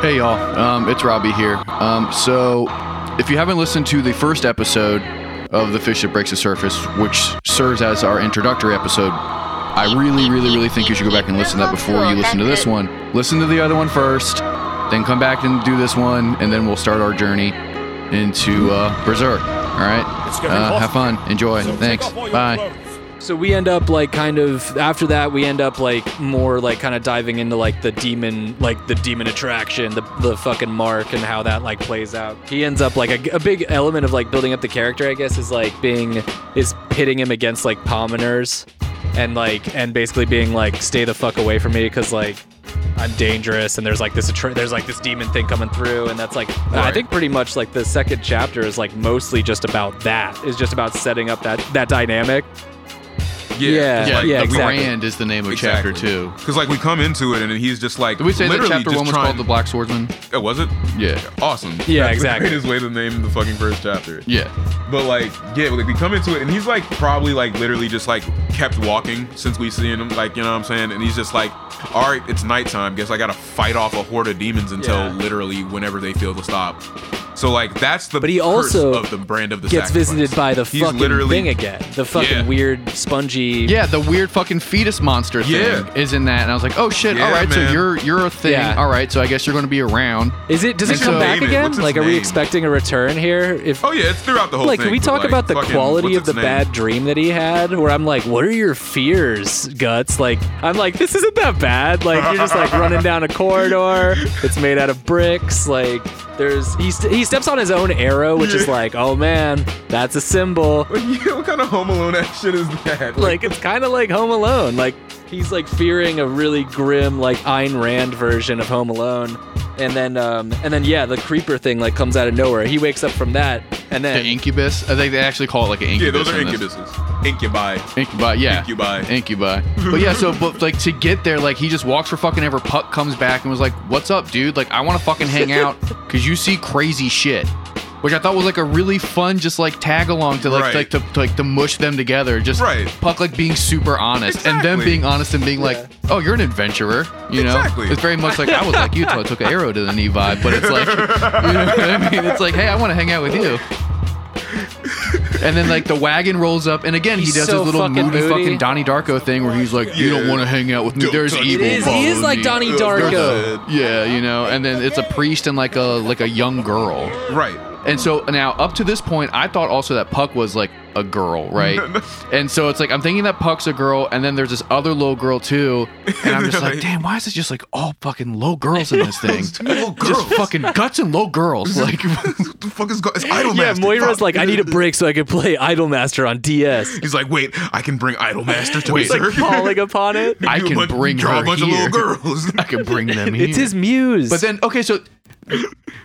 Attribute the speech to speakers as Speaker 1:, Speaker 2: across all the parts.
Speaker 1: Hey, y'all. Um, it's Robbie here. Um, so, if you haven't listened to the first episode of The Fish That Breaks the Surface, which serves as our introductory episode, I really, really, really think you should go back and listen to that before you listen to this one. Listen to the other one first, then come back and do this one, and then we'll start our journey into uh, Berserk. All right?
Speaker 2: It's gonna be
Speaker 1: Uh,
Speaker 2: awesome.
Speaker 1: have fun. Enjoy.
Speaker 2: So take
Speaker 1: Thanks.
Speaker 2: off all your
Speaker 1: Bye.
Speaker 2: clothes.
Speaker 3: So we end up like kind of after that we end up like more like kind of diving into like the demon like the demon attraction the the fucking mark and how that like plays out. He ends up like a, a big element of like building up the character I guess is like being is pitting him against like commoners and like and basically being like stay the fuck away from me cuz like I'm dangerous and there's like this attra- there's like this demon thing coming through and that's like I
Speaker 1: Right.
Speaker 3: think pretty much like the second chapter is like mostly just about that is just about setting up that that dynamic Yeah,
Speaker 1: Yeah,
Speaker 3: yeah,
Speaker 1: the
Speaker 3: exactly.
Speaker 1: brand is the name of chapter two.
Speaker 4: Because like we come into it and he's just like
Speaker 1: Did we say that
Speaker 4: literally
Speaker 1: chapter
Speaker 4: just
Speaker 1: one was
Speaker 4: trying,
Speaker 1: called The Black Swordsman?
Speaker 4: Oh, was it?
Speaker 1: Yeah.
Speaker 4: Awesome.
Speaker 3: Yeah,
Speaker 4: That's
Speaker 3: exactly.
Speaker 4: The greatest way to name the fucking first chapter.
Speaker 1: Yeah.
Speaker 4: But like, yeah, like we come into it and he's like probably like literally just like kept walking since we seen him, like, you know what I'm saying? And he's just like, all right, it's nighttime. Guess I gotta fight off a horde of demons until
Speaker 3: Yeah.
Speaker 4: literally whenever they feel the stop. So like that's the
Speaker 3: But he
Speaker 4: curse
Speaker 3: also
Speaker 4: of the brand of the
Speaker 3: gets
Speaker 4: sacrifice.
Speaker 3: visited by the
Speaker 4: He's
Speaker 3: fucking
Speaker 4: literally-
Speaker 3: thing again. The fucking
Speaker 4: Yeah.
Speaker 3: weird spongy.
Speaker 1: Yeah, the weird fucking fetus monster thing
Speaker 4: Yeah.
Speaker 1: is in that, and I was like, "Oh shit!
Speaker 4: Yeah,
Speaker 1: all right, so
Speaker 4: man.
Speaker 1: you're you're a thing.
Speaker 3: Yeah.
Speaker 1: All right, so I guess you're going to be around."
Speaker 3: Is it? Does it
Speaker 4: And
Speaker 3: come
Speaker 1: so-
Speaker 3: back
Speaker 4: Name it.
Speaker 3: again?
Speaker 4: What's its
Speaker 3: Like, are we
Speaker 4: name?
Speaker 3: expecting a return here? If
Speaker 4: Oh yeah, it's throughout the whole
Speaker 3: like,
Speaker 4: thing.
Speaker 3: can we
Speaker 4: but,
Speaker 3: talk
Speaker 4: like,
Speaker 3: about the
Speaker 4: fucking-
Speaker 3: quality
Speaker 4: what's
Speaker 3: of the
Speaker 4: its name?
Speaker 3: bad dream that he had? Where I'm like, what are your fears, guts? Like, I'm like, this isn't that bad. Like, you're just like running down a corridor. It's made out of bricks. Like, there's he st- he steps on his own arrow, which is
Speaker 4: Yeah.
Speaker 3: like, oh man, that's a symbol.
Speaker 4: What, you- what kind of Home Alone ass shit is that?
Speaker 3: like it's kind of like Home Alone. Like he's like fearing a really grim like Ayn Rand version of Home Alone. And then um and then yeah, the creeper thing like comes out of nowhere. He wakes up from that and
Speaker 1: The
Speaker 3: then
Speaker 1: incubus. I think they actually call it like an
Speaker 4: yeah,
Speaker 1: incubus.
Speaker 4: those are
Speaker 1: in this.
Speaker 4: incubuses. Incubi.
Speaker 1: Incubi, yeah.
Speaker 4: Incubi.
Speaker 1: Incubi. But yeah, so but like to get there, like he just walks for fucking ever. Puck comes back and was like, "What's up, dude? Like I want to fucking hang out because you see crazy shit." Which I thought was like a really fun, just like tag along to like
Speaker 4: Right.
Speaker 1: like to, to, like to mush them together. Just
Speaker 4: Right.
Speaker 1: Puck like being super honest and them
Speaker 4: Exactly.
Speaker 1: being honest and being like, "Oh, you're an adventurer," you know.
Speaker 4: Exactly.
Speaker 1: It's very much like I was like you till I took an arrow to the knee vibe, but it's like, you know what I mean? It's like, hey, I want to hang out with you. And then like the wagon rolls up, and again he
Speaker 3: He's
Speaker 1: does
Speaker 3: so
Speaker 1: his little
Speaker 3: fucking
Speaker 1: moody
Speaker 3: moody.
Speaker 1: fucking Donnie Darko thing where he's like, "You don't
Speaker 4: Yeah.
Speaker 1: want to hang out with me.
Speaker 4: Don't
Speaker 1: There's
Speaker 4: touch
Speaker 3: it
Speaker 1: evil."
Speaker 3: is he is
Speaker 1: follow
Speaker 3: like
Speaker 1: me."
Speaker 3: Donnie
Speaker 4: There's
Speaker 3: Darko.
Speaker 4: a-
Speaker 1: Yeah, you know. And then it's a priest and like a like a young girl.
Speaker 4: Right.
Speaker 1: And so now up to this point, I thought also that Puck was like a girl, right? and so it's like I'm thinking that Puck's a girl, and then there's this other little girl too, and I'm just like, damn, why is it just like all fucking low girls in this thing?
Speaker 4: Little girls.
Speaker 1: Just fucking guts and low girls, like.
Speaker 4: what the fuck is going? It's Idol
Speaker 3: Yeah,
Speaker 4: Master.
Speaker 3: Moira's
Speaker 4: fuck.
Speaker 3: like, I need a break so I can play Idolmaster on DS.
Speaker 4: He's like, wait, I can bring Idol Master to
Speaker 1: Wait.
Speaker 3: He's like
Speaker 4: Berserk.
Speaker 3: calling upon it.
Speaker 1: I
Speaker 4: Do a
Speaker 1: can
Speaker 4: bunch-
Speaker 1: bring
Speaker 4: draw
Speaker 1: her
Speaker 4: a bunch
Speaker 1: here.
Speaker 4: of little girls.
Speaker 1: I could bring them here.
Speaker 3: It's his muse.
Speaker 1: But then, okay, so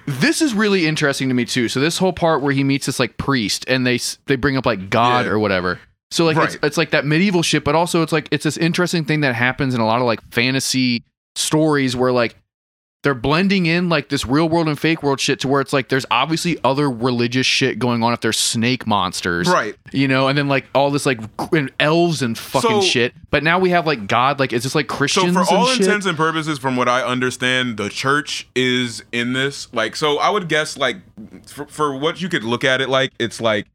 Speaker 1: this is really interesting to me too. So this whole part where he meets this like priest and they s- they bring up like God
Speaker 4: Yeah.
Speaker 1: or whatever. So like it's,
Speaker 4: Right.
Speaker 1: it's like that medieval shit, but also it's like it's this interesting thing that happens in a lot of like fantasy stories where like they're blending in like this real world and fake world shit to where it's like there's obviously other religious shit going on if there's snake monsters
Speaker 4: Right.
Speaker 1: you know and then like all this like and elves and fucking
Speaker 4: So-
Speaker 1: shit but now we have like god like is this like
Speaker 4: So
Speaker 1: christians
Speaker 4: for all
Speaker 1: and shit?
Speaker 4: intents and purposes, from what I understand, the church is in this. Like, so I would guess, like, for, for what you could look at it like, it's like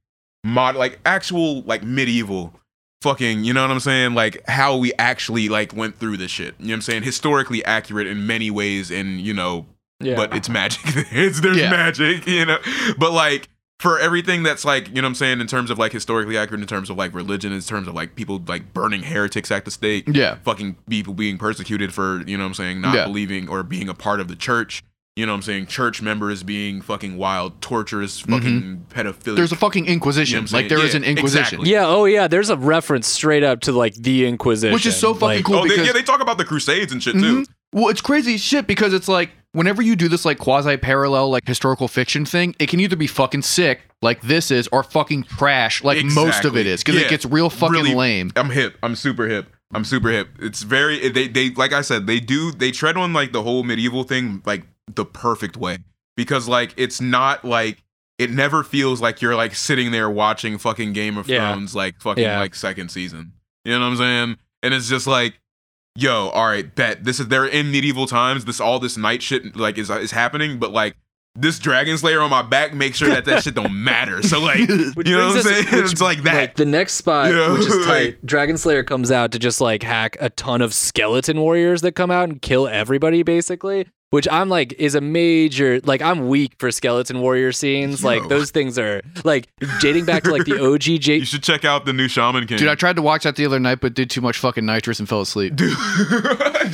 Speaker 4: mod, like actual, like medieval, fucking. You know what I'm saying? Like how we actually like went through this shit. You know what I'm saying? Historically accurate in many ways, and you know,
Speaker 3: yeah.
Speaker 4: but it's magic. it's there's
Speaker 1: Yeah.
Speaker 4: magic, you know. But like for everything that's like, you know what I'm saying, in terms of like historically accurate, in terms of like religion, in terms of like people like burning heretics at the stake,
Speaker 1: yeah
Speaker 4: fucking people being persecuted for, you know what I'm saying, not
Speaker 1: Yeah.
Speaker 4: believing or being a part of the church. You know what I'm saying? Church members being fucking wild, torturous, fucking pedophilia.
Speaker 1: Mm-hmm. there's a fucking
Speaker 4: You know
Speaker 1: inquisition
Speaker 4: what I'm
Speaker 1: like there is
Speaker 4: saying?
Speaker 1: an
Speaker 4: Yeah,
Speaker 1: inquisition
Speaker 4: exactly.
Speaker 3: yeah, oh yeah, there's a reference straight up to like the Inquisition.
Speaker 1: which is so fucking
Speaker 3: Like,
Speaker 1: cool
Speaker 4: Oh, they,
Speaker 1: because
Speaker 4: yeah, they talk about the Crusades and shit
Speaker 1: Mhm.
Speaker 4: too.
Speaker 1: well it's crazy shit because it's like whenever you do this like quasi parallel like historical fiction thing it can either be fucking sick like this is or fucking trash like most of
Speaker 4: Exactly.
Speaker 1: it is because
Speaker 4: Yeah.
Speaker 1: it gets real fucking
Speaker 4: Really-
Speaker 1: lame
Speaker 4: I'm hip. I'm super hip. I'm super hip. It's very they they like I said they do they tread on like the whole medieval thing like the perfect way because like it's not like it never feels like you're like sitting there watching fucking Game of
Speaker 3: Yeah.
Speaker 4: Thrones like fucking
Speaker 3: Yeah.
Speaker 4: like second season. You know what I'm saying? And it's just like yo, all right, bet this is they're in medieval times. This all this knight shit like is is happening, but like this dragon slayer on my back, make sure that that shit don't matter. So like, you
Speaker 3: Which
Speaker 4: know what I'm
Speaker 3: brings us-
Speaker 4: saying?
Speaker 3: which-
Speaker 4: it's like that.
Speaker 3: Like the next spot,
Speaker 4: Yeah,
Speaker 3: which is
Speaker 4: like-
Speaker 3: tight. Dragon Slayer comes out to just like hack a ton of skeleton warriors that come out and kill everybody, basically. Which I'm like is a major like I'm weak for skeleton warrior scenes. Like
Speaker 4: Yo.
Speaker 3: those things are like dating back to like the OG J-
Speaker 4: you should check out the new Shaman King.
Speaker 1: Dude, I tried to watch that the other night, but did too much fucking nitrous and fell asleep.
Speaker 4: Dude,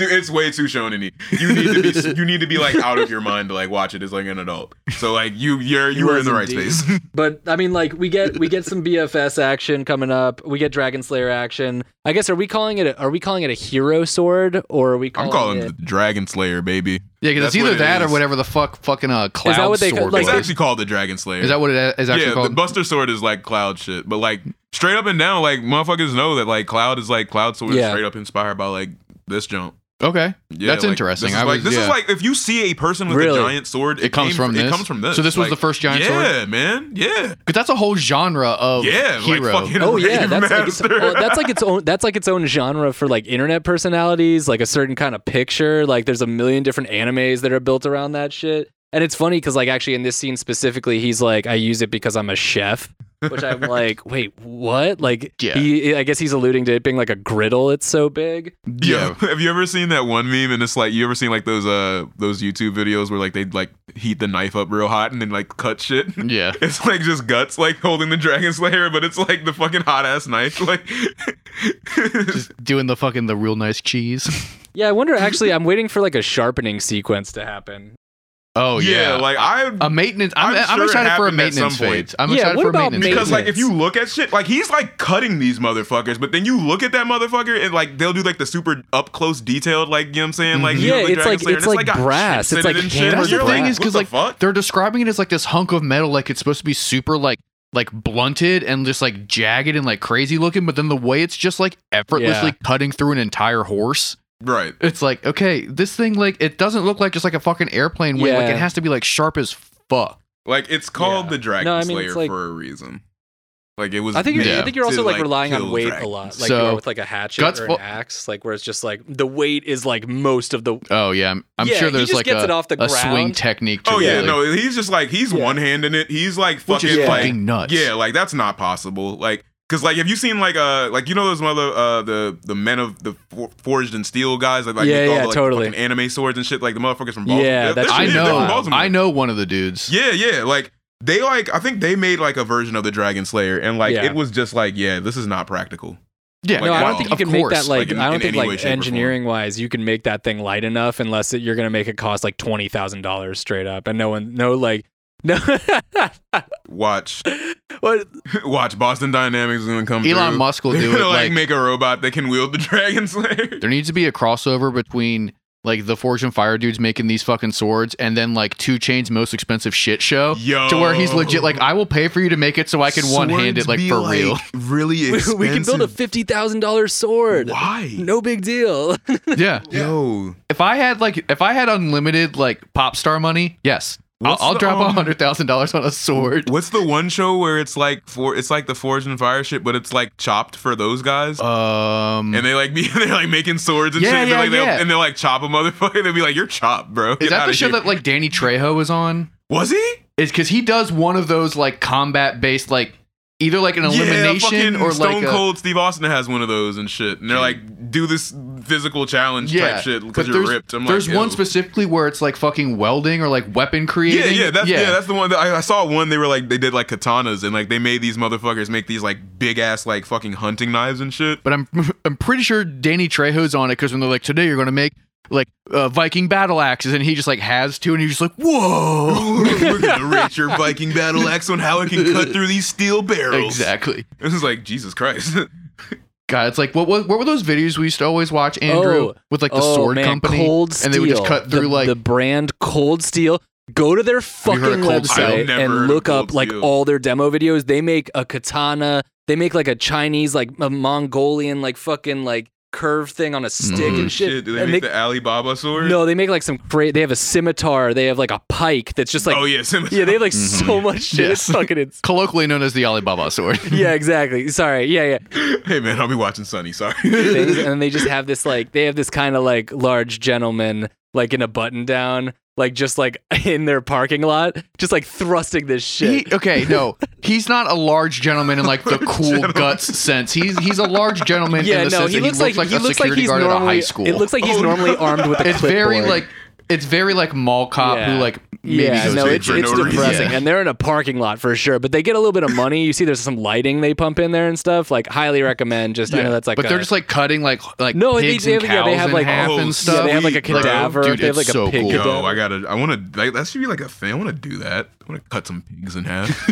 Speaker 4: Dude, it's way too shonen-y. You need to be you need to be like out of your mind to like watch it as like an adult. So like you you're you
Speaker 3: He
Speaker 4: are in the right
Speaker 3: was indeed.
Speaker 4: space.
Speaker 3: But I mean, like we get we get some BFS action coming up. We get Dragon Slayer action. I guess are we calling it? A, are we calling it a hero sword or are we? Calling
Speaker 4: I'm calling
Speaker 3: it?
Speaker 4: it the Dragon Slayer, baby.
Speaker 1: Yeah, because
Speaker 4: That's
Speaker 1: it's either
Speaker 4: what it
Speaker 1: that
Speaker 4: is.
Speaker 1: or whatever the fuck fucking uh, cloud
Speaker 3: what they call-
Speaker 1: sword
Speaker 3: like-
Speaker 4: It's
Speaker 1: was.
Speaker 4: actually called the Dragon Slayer.
Speaker 1: Is that what it is actually
Speaker 4: yeah, the
Speaker 1: called?
Speaker 4: Buster Sword is like Cloud shit, but like straight up and down, like motherfuckers know that like Cloud is like Cloud Sword is
Speaker 3: Yeah.
Speaker 4: straight up inspired by like this jump.
Speaker 1: okay.
Speaker 4: Yeah,
Speaker 1: That's
Speaker 4: like,
Speaker 1: interesting.
Speaker 4: This is,
Speaker 1: I
Speaker 4: like,
Speaker 1: was-
Speaker 4: this
Speaker 1: yeah.
Speaker 4: is like if you see a person with
Speaker 3: Really?
Speaker 4: a giant sword,
Speaker 1: It comes
Speaker 4: came-
Speaker 1: from
Speaker 4: It
Speaker 1: this?
Speaker 4: comes from this.
Speaker 1: So this was
Speaker 4: Like,
Speaker 1: the first giant sword?
Speaker 4: Yeah, man. Yeah,
Speaker 1: Because that's a whole genre of
Speaker 4: yeah.
Speaker 1: hero.
Speaker 4: Like fucking
Speaker 3: Oh yeah,
Speaker 4: Rave
Speaker 3: that's like, its,
Speaker 4: Master.
Speaker 3: oh, that's like its own. That's like its own genre for like internet personalities, like a certain kind of picture. Like there's a million different animes that are built around that shit. And it's funny because like actually in this scene specifically, he's like, I use it because I'm a chef, which I'm like, wait, what? Like,
Speaker 1: Yeah.
Speaker 3: he, I guess he's alluding to it being like a griddle. It's so big.
Speaker 4: Yo, have you ever seen that one meme? And it's like you ever seen like those uh those YouTube videos where like they like heat the knife up real hot and then like cut shit.
Speaker 1: Yeah.
Speaker 4: It's like just guts like holding the dragon slayer, but it's like the fucking hot ass knife. Like
Speaker 1: Just doing the fucking the real nice cheese.
Speaker 3: Yeah, I wonder. Actually, I'm waiting for like a sharpening sequence to happen.
Speaker 1: Oh yeah.
Speaker 4: like I
Speaker 1: a maintenance. I'm,
Speaker 4: I'm
Speaker 1: I'm,
Speaker 4: sure it
Speaker 1: excited for a
Speaker 4: happened at
Speaker 1: maintenance
Speaker 4: some point.
Speaker 1: phase. I'm
Speaker 3: Yeah,
Speaker 1: excited
Speaker 3: what
Speaker 1: for
Speaker 3: about
Speaker 1: a maintenance
Speaker 4: because like if
Speaker 3: Yes.
Speaker 4: you look at shit, like he's like cutting these motherfuckers, but then you look at that motherfucker and like they'll do like the super up close detailed, like you know what I'm saying? Like
Speaker 1: Mhm.
Speaker 4: you
Speaker 3: Mm-hmm. Yeah,
Speaker 4: know, the
Speaker 3: it's
Speaker 4: Dragon
Speaker 3: like-
Speaker 4: Slayer, and
Speaker 3: it's like
Speaker 4: got
Speaker 3: brass.
Speaker 4: chips in
Speaker 3: It's
Speaker 4: it
Speaker 3: like
Speaker 4: and shit.
Speaker 3: hammered
Speaker 1: That's the
Speaker 4: You're
Speaker 1: thing is
Speaker 4: what
Speaker 1: because
Speaker 4: the
Speaker 1: like
Speaker 4: fuck?
Speaker 1: they're describing it as like this hunk of metal, like it's supposed to be super like like blunted and just like jagged and like crazy looking, but then the way it's just like effortlessly
Speaker 3: Yeah.
Speaker 1: cutting through an entire horse,
Speaker 4: right.
Speaker 1: it's like okay, this thing like it doesn't look like just like a fucking airplane wing, like
Speaker 3: Yeah.
Speaker 1: it has to be like sharp as fuck.
Speaker 4: Like it's called
Speaker 3: Yeah.
Speaker 4: the Dragon
Speaker 3: No, I mean,
Speaker 4: Slayer
Speaker 3: it's like-
Speaker 4: for a reason. Like it was.
Speaker 3: I think you're,
Speaker 1: Yeah.
Speaker 3: I think you're also
Speaker 4: made
Speaker 3: like,
Speaker 4: to,
Speaker 3: relying on
Speaker 4: kill
Speaker 3: weight a
Speaker 4: dragons.
Speaker 3: lot, like
Speaker 1: So,
Speaker 3: you are with like a hatchet
Speaker 1: Guts
Speaker 3: or
Speaker 1: Fu-
Speaker 3: an axe, like where it's just like the weight is like most of the.
Speaker 1: Oh yeah, I'm, I'm
Speaker 3: Yeah,
Speaker 1: sure
Speaker 3: he
Speaker 1: there's
Speaker 3: just
Speaker 1: like
Speaker 3: gets
Speaker 1: a,
Speaker 3: it off the
Speaker 1: a swing
Speaker 3: ground.
Speaker 1: technique. To
Speaker 4: Oh yeah,
Speaker 1: really-
Speaker 4: no, he's just like he's
Speaker 3: Yeah.
Speaker 4: one hand in it. He's like
Speaker 1: which
Speaker 4: fucking
Speaker 1: is
Speaker 3: Yeah.
Speaker 4: like
Speaker 1: fucking nuts.
Speaker 4: yeah, like that's not possible. Like because like have you seen like uh like you know those mother uh the the men of the for- forged and steel guys like, like
Speaker 3: Yeah,
Speaker 4: make all
Speaker 3: yeah,
Speaker 4: the, like,
Speaker 3: totally.
Speaker 4: fucking anime swords and shit like the motherfuckers from Baltimore.
Speaker 3: Yeah,
Speaker 4: They're-
Speaker 3: that's
Speaker 4: they're
Speaker 1: I
Speaker 4: from
Speaker 3: Yeah,
Speaker 1: know,
Speaker 4: Baltimore.
Speaker 1: I know one of the dudes.
Speaker 4: Yeah, yeah, like. They like I think they made like a version of the Dragon Slayer and like
Speaker 3: Yeah.
Speaker 4: it was just like yeah this is not practical.
Speaker 1: yeah.
Speaker 4: Like,
Speaker 3: no, I
Speaker 4: wow.
Speaker 3: don't think you
Speaker 1: Of
Speaker 3: can make
Speaker 1: course,
Speaker 3: that like.
Speaker 4: like, in-
Speaker 3: I
Speaker 4: in
Speaker 3: don't think
Speaker 4: any way,
Speaker 3: like
Speaker 4: shape, or form.
Speaker 3: engineering wise, you can make that thing light enough unless it, you're gonna make it cost like twenty thousand dollars straight up, and no one, no like, no.
Speaker 4: Watch
Speaker 3: what?
Speaker 4: watch Boston Dynamics is gonna come.
Speaker 1: Elon
Speaker 4: through.
Speaker 1: Musk will
Speaker 4: They're
Speaker 1: do
Speaker 4: gonna
Speaker 1: it.
Speaker 4: like,
Speaker 1: Like,
Speaker 4: make a robot that can wield the Dragon Slayer.
Speaker 1: there needs to be a crossover between like the Forge and Fire dudes making these fucking swords, and then like Two Chain's most expensive shit show,
Speaker 4: Yo.
Speaker 1: to where he's legit like, I will pay for you to make it so I can one hand it like for real.
Speaker 4: Really
Speaker 3: We,
Speaker 4: expensive.
Speaker 3: we can build a fifty thousand dollars sword.
Speaker 4: Why?
Speaker 3: No big deal.
Speaker 1: yeah.
Speaker 4: Yo.
Speaker 1: If I had like if I had unlimited like pop star money, yes, I'll,
Speaker 4: What's
Speaker 1: I'll
Speaker 4: the,
Speaker 1: drop a
Speaker 4: um,
Speaker 1: hundred thousand dollars on a sword.
Speaker 4: What's the one show where it's like for it's like the Forge and Fire shit, but it's like chopped for those guys?
Speaker 1: Um,
Speaker 4: and they like be they're like making swords and
Speaker 1: Yeah,
Speaker 4: shit. and
Speaker 1: yeah,
Speaker 4: they're like, they'll-
Speaker 1: yeah.
Speaker 4: And they like chop a motherfucker. They'll be like, "You're chopped, bro." Get
Speaker 1: is that
Speaker 4: outta
Speaker 1: the show
Speaker 4: here."
Speaker 1: that like Danny Trejo was on?
Speaker 4: was he?
Speaker 1: Is because he does one of those like combat based like either like an elimination
Speaker 4: yeah, fucking
Speaker 1: or
Speaker 4: Stone
Speaker 1: like a,
Speaker 4: Cold Steve Austin has one of those and shit. And they're like, "Do this physical challenge type shit
Speaker 1: but
Speaker 4: because you're
Speaker 1: there's-
Speaker 4: ripped." I'm
Speaker 1: there's
Speaker 4: like,
Speaker 1: one
Speaker 4: "Yo."
Speaker 1: specifically where it's like fucking welding or like weapon
Speaker 4: Yeah,
Speaker 1: creating.
Speaker 4: yeah, that's yeah. that's the one that I, I saw. One they were like they did like katanas and like they made these motherfuckers make these like big ass like fucking hunting knives and shit.
Speaker 1: but I'm I'm pretty sure Danny Trejo's on it because when they're like, today you're gonna make like uh, Viking battle axes, and he just like has two, and he's just like, whoa,
Speaker 4: we're gonna rate your Viking battle axe on how it can cut through these steel barrels.
Speaker 1: exactly.
Speaker 4: This is like Jesus Christ.
Speaker 1: God, it's like what, what what were those videos we used to always watch, Andrew,
Speaker 3: Oh.
Speaker 1: with like the
Speaker 3: oh,
Speaker 1: sword
Speaker 3: man,
Speaker 1: company,
Speaker 3: Cold Steel.
Speaker 1: and they would just cut through
Speaker 3: the,
Speaker 1: like
Speaker 3: the brand Cold Steel. Go to their
Speaker 1: you heard of
Speaker 3: fucking
Speaker 1: Cold Steel?
Speaker 3: website
Speaker 4: I've never heard of
Speaker 3: and look
Speaker 4: Cold
Speaker 3: up like
Speaker 4: Steel.
Speaker 3: all their demo videos. They make a katana. They make like a Chinese, like a Mongolian, like fucking like curved thing on a stick
Speaker 1: Mm.
Speaker 3: and shit.
Speaker 4: Shit, do they
Speaker 3: and
Speaker 4: make
Speaker 3: they-
Speaker 4: the Alibaba sword?
Speaker 3: no, they make like some cra They have a scimitar. They have like a pike that's just like
Speaker 4: oh yeah, Simba.
Speaker 3: yeah. They have like so much shit.
Speaker 1: Mm-hmm. Yes.
Speaker 3: It's fucking ins-
Speaker 1: Colloquially known as the Alibaba sword.
Speaker 3: yeah, exactly. Sorry. Yeah, yeah.
Speaker 4: hey man, I'll be watching Sunny. Sorry.
Speaker 3: things, and they just have this like they have this kind of like large gentleman like in a button down like just like in their parking lot just like thrusting this shit
Speaker 1: He, okay, no, he's not a large gentleman in like the cool
Speaker 4: Gentleman.
Speaker 1: guts sense. He's he's a large gentleman
Speaker 3: yeah
Speaker 1: in the
Speaker 3: no
Speaker 1: sense
Speaker 3: he
Speaker 1: that
Speaker 3: looks,
Speaker 1: he looks like,
Speaker 3: he
Speaker 1: a
Speaker 3: looks like
Speaker 1: security
Speaker 3: he's
Speaker 1: guard
Speaker 3: normally
Speaker 1: at a high school.
Speaker 3: it looks like he's
Speaker 4: Oh,
Speaker 3: normally armed with a
Speaker 1: it's very
Speaker 3: clipboard.
Speaker 1: like it's very like mall cop
Speaker 3: Yeah.
Speaker 1: who like maybe
Speaker 3: yeah,
Speaker 1: goes
Speaker 3: no,
Speaker 1: to
Speaker 3: it's,
Speaker 4: for
Speaker 3: it's
Speaker 4: no reason.
Speaker 3: depressing,
Speaker 1: Yeah.
Speaker 3: and they're in a parking lot for sure. But they get a little bit of money. You see, there's some lighting they pump in there and stuff. Like, highly recommend. Just I know that's like,
Speaker 1: but they're
Speaker 3: a-
Speaker 1: just like cutting like like
Speaker 3: No, they-
Speaker 1: pigs
Speaker 3: they
Speaker 1: and
Speaker 3: have- yeah,
Speaker 1: cows
Speaker 3: they have,
Speaker 1: in
Speaker 3: like,
Speaker 1: half
Speaker 4: oh,
Speaker 1: and
Speaker 4: yeah,
Speaker 1: stuff.
Speaker 3: yeah, they have like a
Speaker 4: Sweet, bro.
Speaker 3: cadaver.
Speaker 1: Dude,
Speaker 3: they
Speaker 1: it's
Speaker 3: have like a
Speaker 1: so
Speaker 3: pig
Speaker 1: cool.
Speaker 4: Yo,
Speaker 3: cadaver.
Speaker 4: I gotta. I want to. Like, that should be like a thing. I want to do that. I want to cut some pigs in half.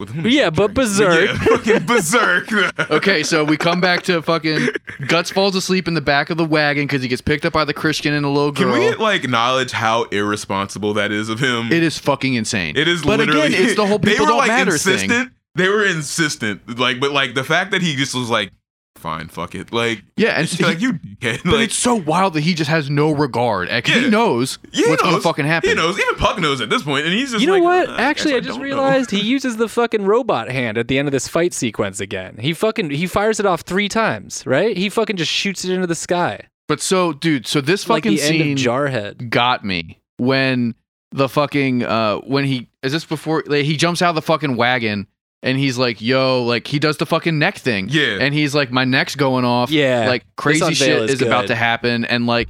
Speaker 4: With-
Speaker 3: Yeah, but berserk.
Speaker 4: Yeah, fucking berserk.
Speaker 1: Okay, so we come back to fucking guts falls asleep in the back of the wagon because he gets picked up by the Christian and a little
Speaker 4: Can
Speaker 1: girl.
Speaker 4: we like acknowledge how irresponsible that is of him?
Speaker 1: it is fucking insane.
Speaker 4: It is
Speaker 1: but
Speaker 4: literally
Speaker 1: again, it's the whole people
Speaker 4: they were
Speaker 1: don't
Speaker 4: like
Speaker 1: matter
Speaker 4: insistent.
Speaker 1: thing.
Speaker 4: They were insistent. Like, but like the fact that he just was like, fine, fuck it. Like,
Speaker 1: Yeah, and
Speaker 4: it's like you dickhead.
Speaker 1: But
Speaker 4: Like,
Speaker 1: it's so wild that he just has no regard. Like,
Speaker 4: Yeah.
Speaker 1: He knows
Speaker 4: yeah, he
Speaker 1: what's going to
Speaker 4: knows.
Speaker 1: fucking happen.
Speaker 4: He knows. Even Puck knows at this point, and he's just
Speaker 3: You know
Speaker 4: like,
Speaker 3: what?
Speaker 4: "Uh, I guess
Speaker 3: Actually, I, just
Speaker 4: don't know."
Speaker 3: realized he uses the fucking robot hand at the end of this fight sequence again. He fucking he fires it off three times, right? He fucking just shoots it into the sky,
Speaker 1: But so, dude, so this
Speaker 3: like
Speaker 1: fucking
Speaker 3: the end
Speaker 1: scene
Speaker 3: of Jarhead.
Speaker 1: got me when the fucking uh when he is this before like, he jumps out of the fucking wagon and he's like, "Yo," like he does the fucking neck thing.
Speaker 4: Yeah.
Speaker 1: and he's like, "My neck's going off."
Speaker 3: Yeah,
Speaker 1: like crazy
Speaker 3: unveil
Speaker 1: shit
Speaker 3: is
Speaker 1: is about
Speaker 3: good.
Speaker 1: to happen, and like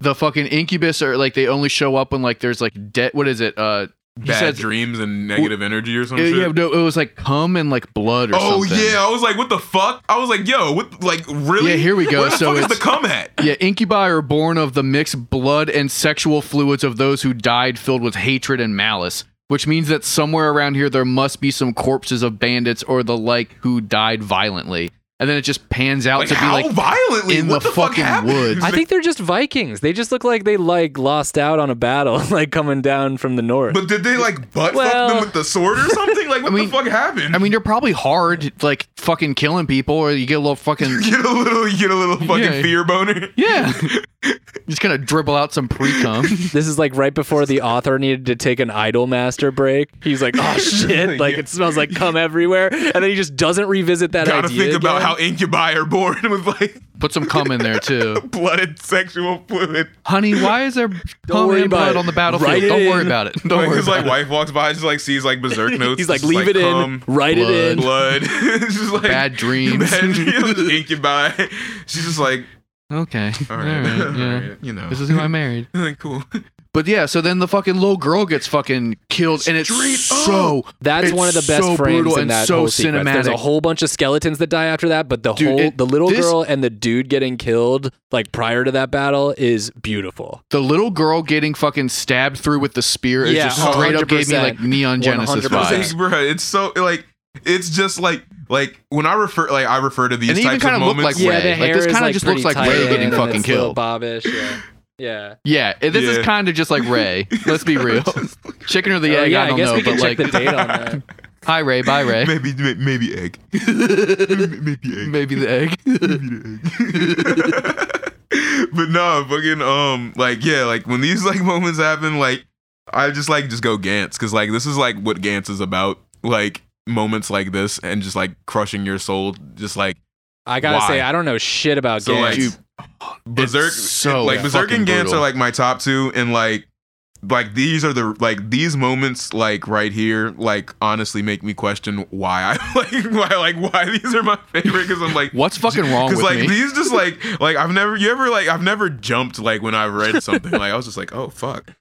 Speaker 1: the fucking incubus are like they only show up when like there's like dead. What is it? Uh, he
Speaker 4: bad
Speaker 1: says.
Speaker 4: dreams and negative energy or some
Speaker 1: it-
Speaker 4: shit.
Speaker 1: yeah, no, it was like cum and like blood or
Speaker 4: Oh
Speaker 1: something.
Speaker 4: yeah, I was like, what the fuck? I was like, yo, what? Like, really?
Speaker 1: Yeah, here we go.
Speaker 4: Where the
Speaker 1: So
Speaker 4: fuck is
Speaker 1: it's-
Speaker 4: the cum at?
Speaker 1: Yeah, incubi are born of the mixed blood and sexual fluids of those who died filled with hatred and malice, which means that somewhere around here there must be some corpses of bandits or the like who died violently. And then it just pans out
Speaker 4: Like,
Speaker 1: to be
Speaker 4: how
Speaker 1: like
Speaker 4: violently?
Speaker 1: in
Speaker 4: what
Speaker 1: the
Speaker 4: the, fuck
Speaker 1: fucking
Speaker 4: happened?
Speaker 1: woods.
Speaker 3: I think they're just Vikings. They just look like they like lost out on a battle, like coming down from the north.
Speaker 4: But did they like butt fuck
Speaker 3: Well-
Speaker 4: them with the sword or something? Like, what
Speaker 1: mean-
Speaker 4: the fuck happened?
Speaker 1: I mean, you're probably hard, like fucking killing people, or you get a little fucking
Speaker 4: get a little, you get a little fucking
Speaker 1: Yeah.
Speaker 4: fear boner.
Speaker 1: yeah. just gonna dribble out some pre cum.
Speaker 3: this is like right before the author needed to take an idol master break. He's like, "Oh shit! Like
Speaker 4: Yeah.
Speaker 3: it smells like cum everywhere," and then he just doesn't revisit that
Speaker 4: Gotta
Speaker 3: idea.
Speaker 4: think about
Speaker 3: again.
Speaker 4: how incubi are born with like
Speaker 1: Put some cum in there too,
Speaker 4: blooded sexual fluid.
Speaker 1: honey. Why is there cum
Speaker 3: worry
Speaker 1: and
Speaker 3: about
Speaker 1: blood
Speaker 3: it.
Speaker 1: on the battlefield?
Speaker 3: Write it
Speaker 1: Don't worry
Speaker 3: in.
Speaker 1: about it. Don't
Speaker 4: Like,
Speaker 1: worry.
Speaker 4: his
Speaker 1: About
Speaker 4: like
Speaker 1: it.
Speaker 4: wife walks by, she's like sees like berserk notes.
Speaker 3: He's like,
Speaker 4: just,
Speaker 3: "Leave it in,
Speaker 4: cum,
Speaker 3: write it in."
Speaker 4: blood. it's just like
Speaker 1: Bad dreams.
Speaker 4: Bad dreams. incubi. She's just like,
Speaker 1: Okay.
Speaker 4: all right, all right,
Speaker 1: yeah.
Speaker 4: you know,
Speaker 1: Oh. This is who I married.
Speaker 4: cool.
Speaker 1: But yeah, so then the fucking little girl gets fucking killed, and it's
Speaker 4: Straight
Speaker 1: so
Speaker 3: That's
Speaker 1: it's
Speaker 3: one of the best
Speaker 1: so
Speaker 3: frames
Speaker 1: brutal
Speaker 3: in
Speaker 1: and
Speaker 3: that
Speaker 1: so
Speaker 3: whole sequence. There's a
Speaker 1: cinematic.
Speaker 3: whole bunch of skeletons that die after that, but the
Speaker 1: Dude,
Speaker 3: whole
Speaker 1: it-
Speaker 3: the little
Speaker 1: this-
Speaker 3: girl and the dude getting killed like prior to that battle is beautiful.
Speaker 1: the little girl getting fucking stabbed through with the spear is
Speaker 3: Yeah,
Speaker 1: just straight up gave me
Speaker 3: 100%.
Speaker 1: like Neon Genesis
Speaker 3: 100%.
Speaker 1: vibes.
Speaker 4: It's like, bruh, it's so like it's just like like when I refer like I refer to these
Speaker 1: And it even
Speaker 4: types of
Speaker 1: kinda looked
Speaker 4: moments.
Speaker 1: like Ray. Like, this kinda just looks like Ray getting fucking killed.
Speaker 3: Bobbish, yeah. Yeah.
Speaker 1: Yeah, and this is
Speaker 4: Yeah.
Speaker 1: kind of just like Ray. Let's be real. Chicken or the egg?
Speaker 3: Oh,
Speaker 1: I don't
Speaker 3: guess
Speaker 1: know,
Speaker 3: we can
Speaker 1: but like,
Speaker 3: check the date on that.
Speaker 1: hi Ray, bye Ray.
Speaker 4: maybe may- maybe egg. maybe egg.
Speaker 1: Maybe the egg.
Speaker 4: but no, fucking um, like yeah, like when these like moments happen, like I just like just go Gantz because like this is like what Gantz is about, like moments like this and just like crushing your soul, just like
Speaker 3: I gotta
Speaker 4: Why?
Speaker 3: say, I don't know shit about
Speaker 4: So, like,
Speaker 3: games.
Speaker 1: Dude,
Speaker 4: Berserk,
Speaker 1: It's so
Speaker 4: like Berserk
Speaker 1: fucking
Speaker 4: and Gantz
Speaker 1: brutal.
Speaker 4: are like my top two, and like like these are the like these moments like right here like honestly make me question why I like why like why these are my favorite because I'm like
Speaker 1: What's fucking wrong with
Speaker 4: because like
Speaker 1: me?
Speaker 4: these just like like I've never you ever like I've never jumped like when I've read something like I was just like oh fuck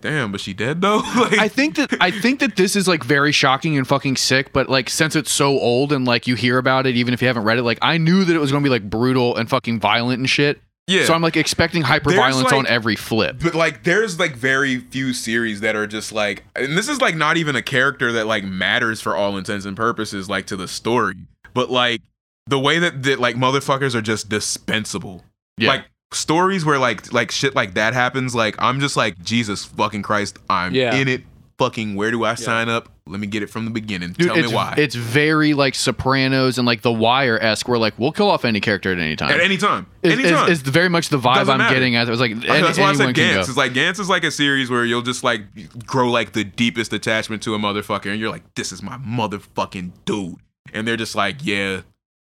Speaker 4: damn but she dead though like
Speaker 1: I think that I think that this is like very shocking and fucking sick, but like since it's so old and like you hear about it even if you haven't read it, like I knew that it was gonna be like brutal and fucking violent and shit.
Speaker 4: yeah
Speaker 1: So I'm like expecting hyper violence
Speaker 4: There's, like-
Speaker 1: on every flip.
Speaker 4: but like there's like very few series that are just like and this is like not even a character that like matters for all intents and purposes like to the story but like the way that, that like motherfuckers are just dispensable
Speaker 1: Yeah.
Speaker 4: like stories where like like shit like that happens like i'm just like jesus fucking christ i'm
Speaker 3: Yeah.
Speaker 4: in it fucking where do I sign up? Let me get it from the beginning.
Speaker 1: Dude,
Speaker 4: Tell
Speaker 1: it's,
Speaker 4: me why.
Speaker 1: it's very like Sopranos and like The Wire esque. Where like we'll kill off any character at any time.
Speaker 4: At any time.
Speaker 1: It's-
Speaker 4: any
Speaker 1: it's,
Speaker 4: time.
Speaker 1: it's very much the vibe
Speaker 4: Doesn't
Speaker 1: I'm
Speaker 4: matter.
Speaker 1: getting at. It was like any,
Speaker 4: Okay, that's why I
Speaker 1: anyone
Speaker 4: said
Speaker 1: can
Speaker 4: Gantz.
Speaker 1: go.
Speaker 4: It's like Gantz is like a series where you'll just like grow like the deepest attachment to a motherfucker, and you're like, this is my motherfucking dude. And they're just like, yeah,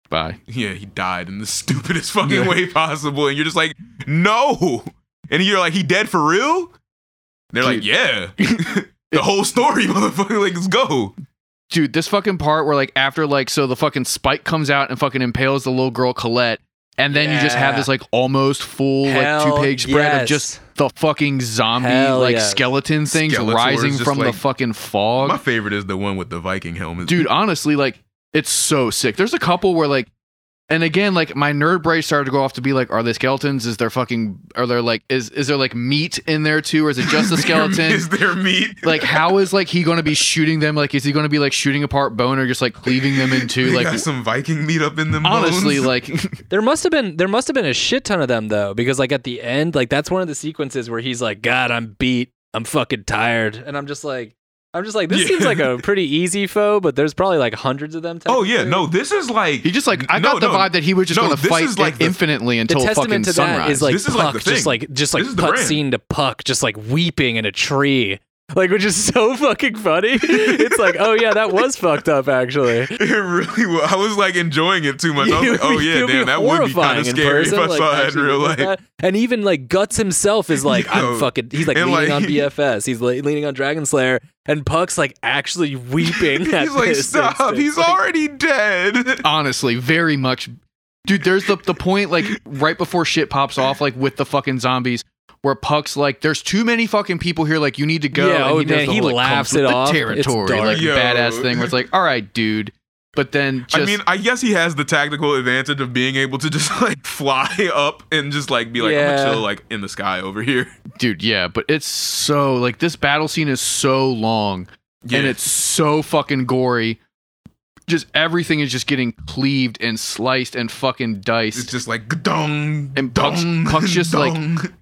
Speaker 1: Bye.
Speaker 4: yeah, he died in the stupidest fucking way possible. And you're just like, no. And you're like, he dead for real? And they're like,
Speaker 1: Dude.
Speaker 4: yeah. the whole story, motherfucker. Like, let's go.
Speaker 1: dude, this fucking part where like after like so the fucking spike comes out and fucking impales the little girl Colette, and then you just have
Speaker 3: Yeah.
Speaker 1: this like almost full
Speaker 3: Hell
Speaker 1: like two page spread of just
Speaker 3: yes.
Speaker 1: the fucking zombie
Speaker 3: Hell
Speaker 1: like
Speaker 3: yes.
Speaker 1: skeleton things
Speaker 4: Skeletor is
Speaker 1: rising
Speaker 4: just
Speaker 1: from the
Speaker 4: like-
Speaker 1: fucking fog.
Speaker 4: My favorite is the one with the Viking helmet.
Speaker 1: dude, honestly, like it's so sick. There's a couple where like. And again, like my nerd brain started to go off to be like, are they skeletons? Is there fucking? Are there like? Is is there like meat in there too, or is it just a skeleton?
Speaker 4: is there meat?
Speaker 1: like how is like he gonna be shooting them like is he gonna be like shooting apart bone or just like cleaving them in two
Speaker 4: They
Speaker 1: like
Speaker 4: got some Viking meat up in them.
Speaker 1: honestly
Speaker 4: bones.
Speaker 1: like
Speaker 3: There must have been there must have been a shit ton of them though, because like at the end, like that's one of the sequences where he's like, God, I'm beat, I'm fucking tired, and I'm just like, I'm just like, this
Speaker 4: Yeah.
Speaker 3: seems like a pretty easy foe, but there's probably like hundreds of them.
Speaker 4: oh yeah,
Speaker 1: uh,
Speaker 3: technically.
Speaker 4: no, this is like
Speaker 1: he just like i
Speaker 4: No,
Speaker 1: got the
Speaker 4: no.
Speaker 1: vibe that he was just
Speaker 4: No,
Speaker 1: gonna
Speaker 4: this
Speaker 1: fight
Speaker 4: is, like,
Speaker 1: it
Speaker 4: the-
Speaker 1: infinitely
Speaker 3: The
Speaker 1: until fucking
Speaker 3: testament to that
Speaker 1: sunrise
Speaker 3: is like
Speaker 4: This is, like,
Speaker 3: Puck,
Speaker 4: the
Speaker 3: just
Speaker 4: thing.
Speaker 3: like just like
Speaker 4: This is the
Speaker 3: cut
Speaker 4: brand.
Speaker 3: scene to Puck, just like weeping in a tree, like which is so fucking funny. it's like, oh yeah, that was fucked up actually.
Speaker 4: It really was. I was like enjoying it too much. I was
Speaker 3: You'd
Speaker 4: like, oh
Speaker 3: be-
Speaker 4: yeah,
Speaker 3: you'd
Speaker 4: damn, that would be kind
Speaker 3: horrifying
Speaker 4: of
Speaker 3: in
Speaker 4: scary if
Speaker 3: person,
Speaker 4: I
Speaker 3: like,
Speaker 4: saw it in
Speaker 3: actually
Speaker 4: real
Speaker 3: look
Speaker 4: life.
Speaker 3: at that. And even like Guts himself is like,
Speaker 4: Yo.
Speaker 3: I'm fucking. He's like
Speaker 4: And,
Speaker 3: leaning
Speaker 4: like-
Speaker 3: on BFS. He's like, leaning on Dragon Slayer, and Puck's like actually weeping. at
Speaker 4: He's like,
Speaker 3: this
Speaker 4: stop,
Speaker 3: instance."
Speaker 4: he's
Speaker 3: Like,
Speaker 4: already dead.
Speaker 1: honestly very much dude there's the, the point like right before shit pops off like with the fucking zombies where puck's like there's too many fucking people here like you need to go
Speaker 3: Yeah,
Speaker 1: and
Speaker 3: oh,
Speaker 1: does
Speaker 3: man,
Speaker 1: the
Speaker 3: he
Speaker 1: whole, like,
Speaker 3: laughs
Speaker 1: comes with
Speaker 3: it
Speaker 1: the
Speaker 3: off. It's
Speaker 1: territory
Speaker 3: dark.
Speaker 1: like
Speaker 4: Yo.
Speaker 1: badass thing where it's like all right dude but then just
Speaker 4: I mean, I guess he has the tactical advantage of being able to just like fly up and just like be like, I'm
Speaker 3: Yeah.
Speaker 4: gonna chill like in the sky over here.
Speaker 1: dude yeah but it's so like this battle scene is so long
Speaker 4: Yeah.
Speaker 1: and it's so fucking gory just everything is just getting cleaved and sliced and fucking
Speaker 4: it's
Speaker 1: diced
Speaker 4: just like dong
Speaker 1: And Puck's- Puck's just, like,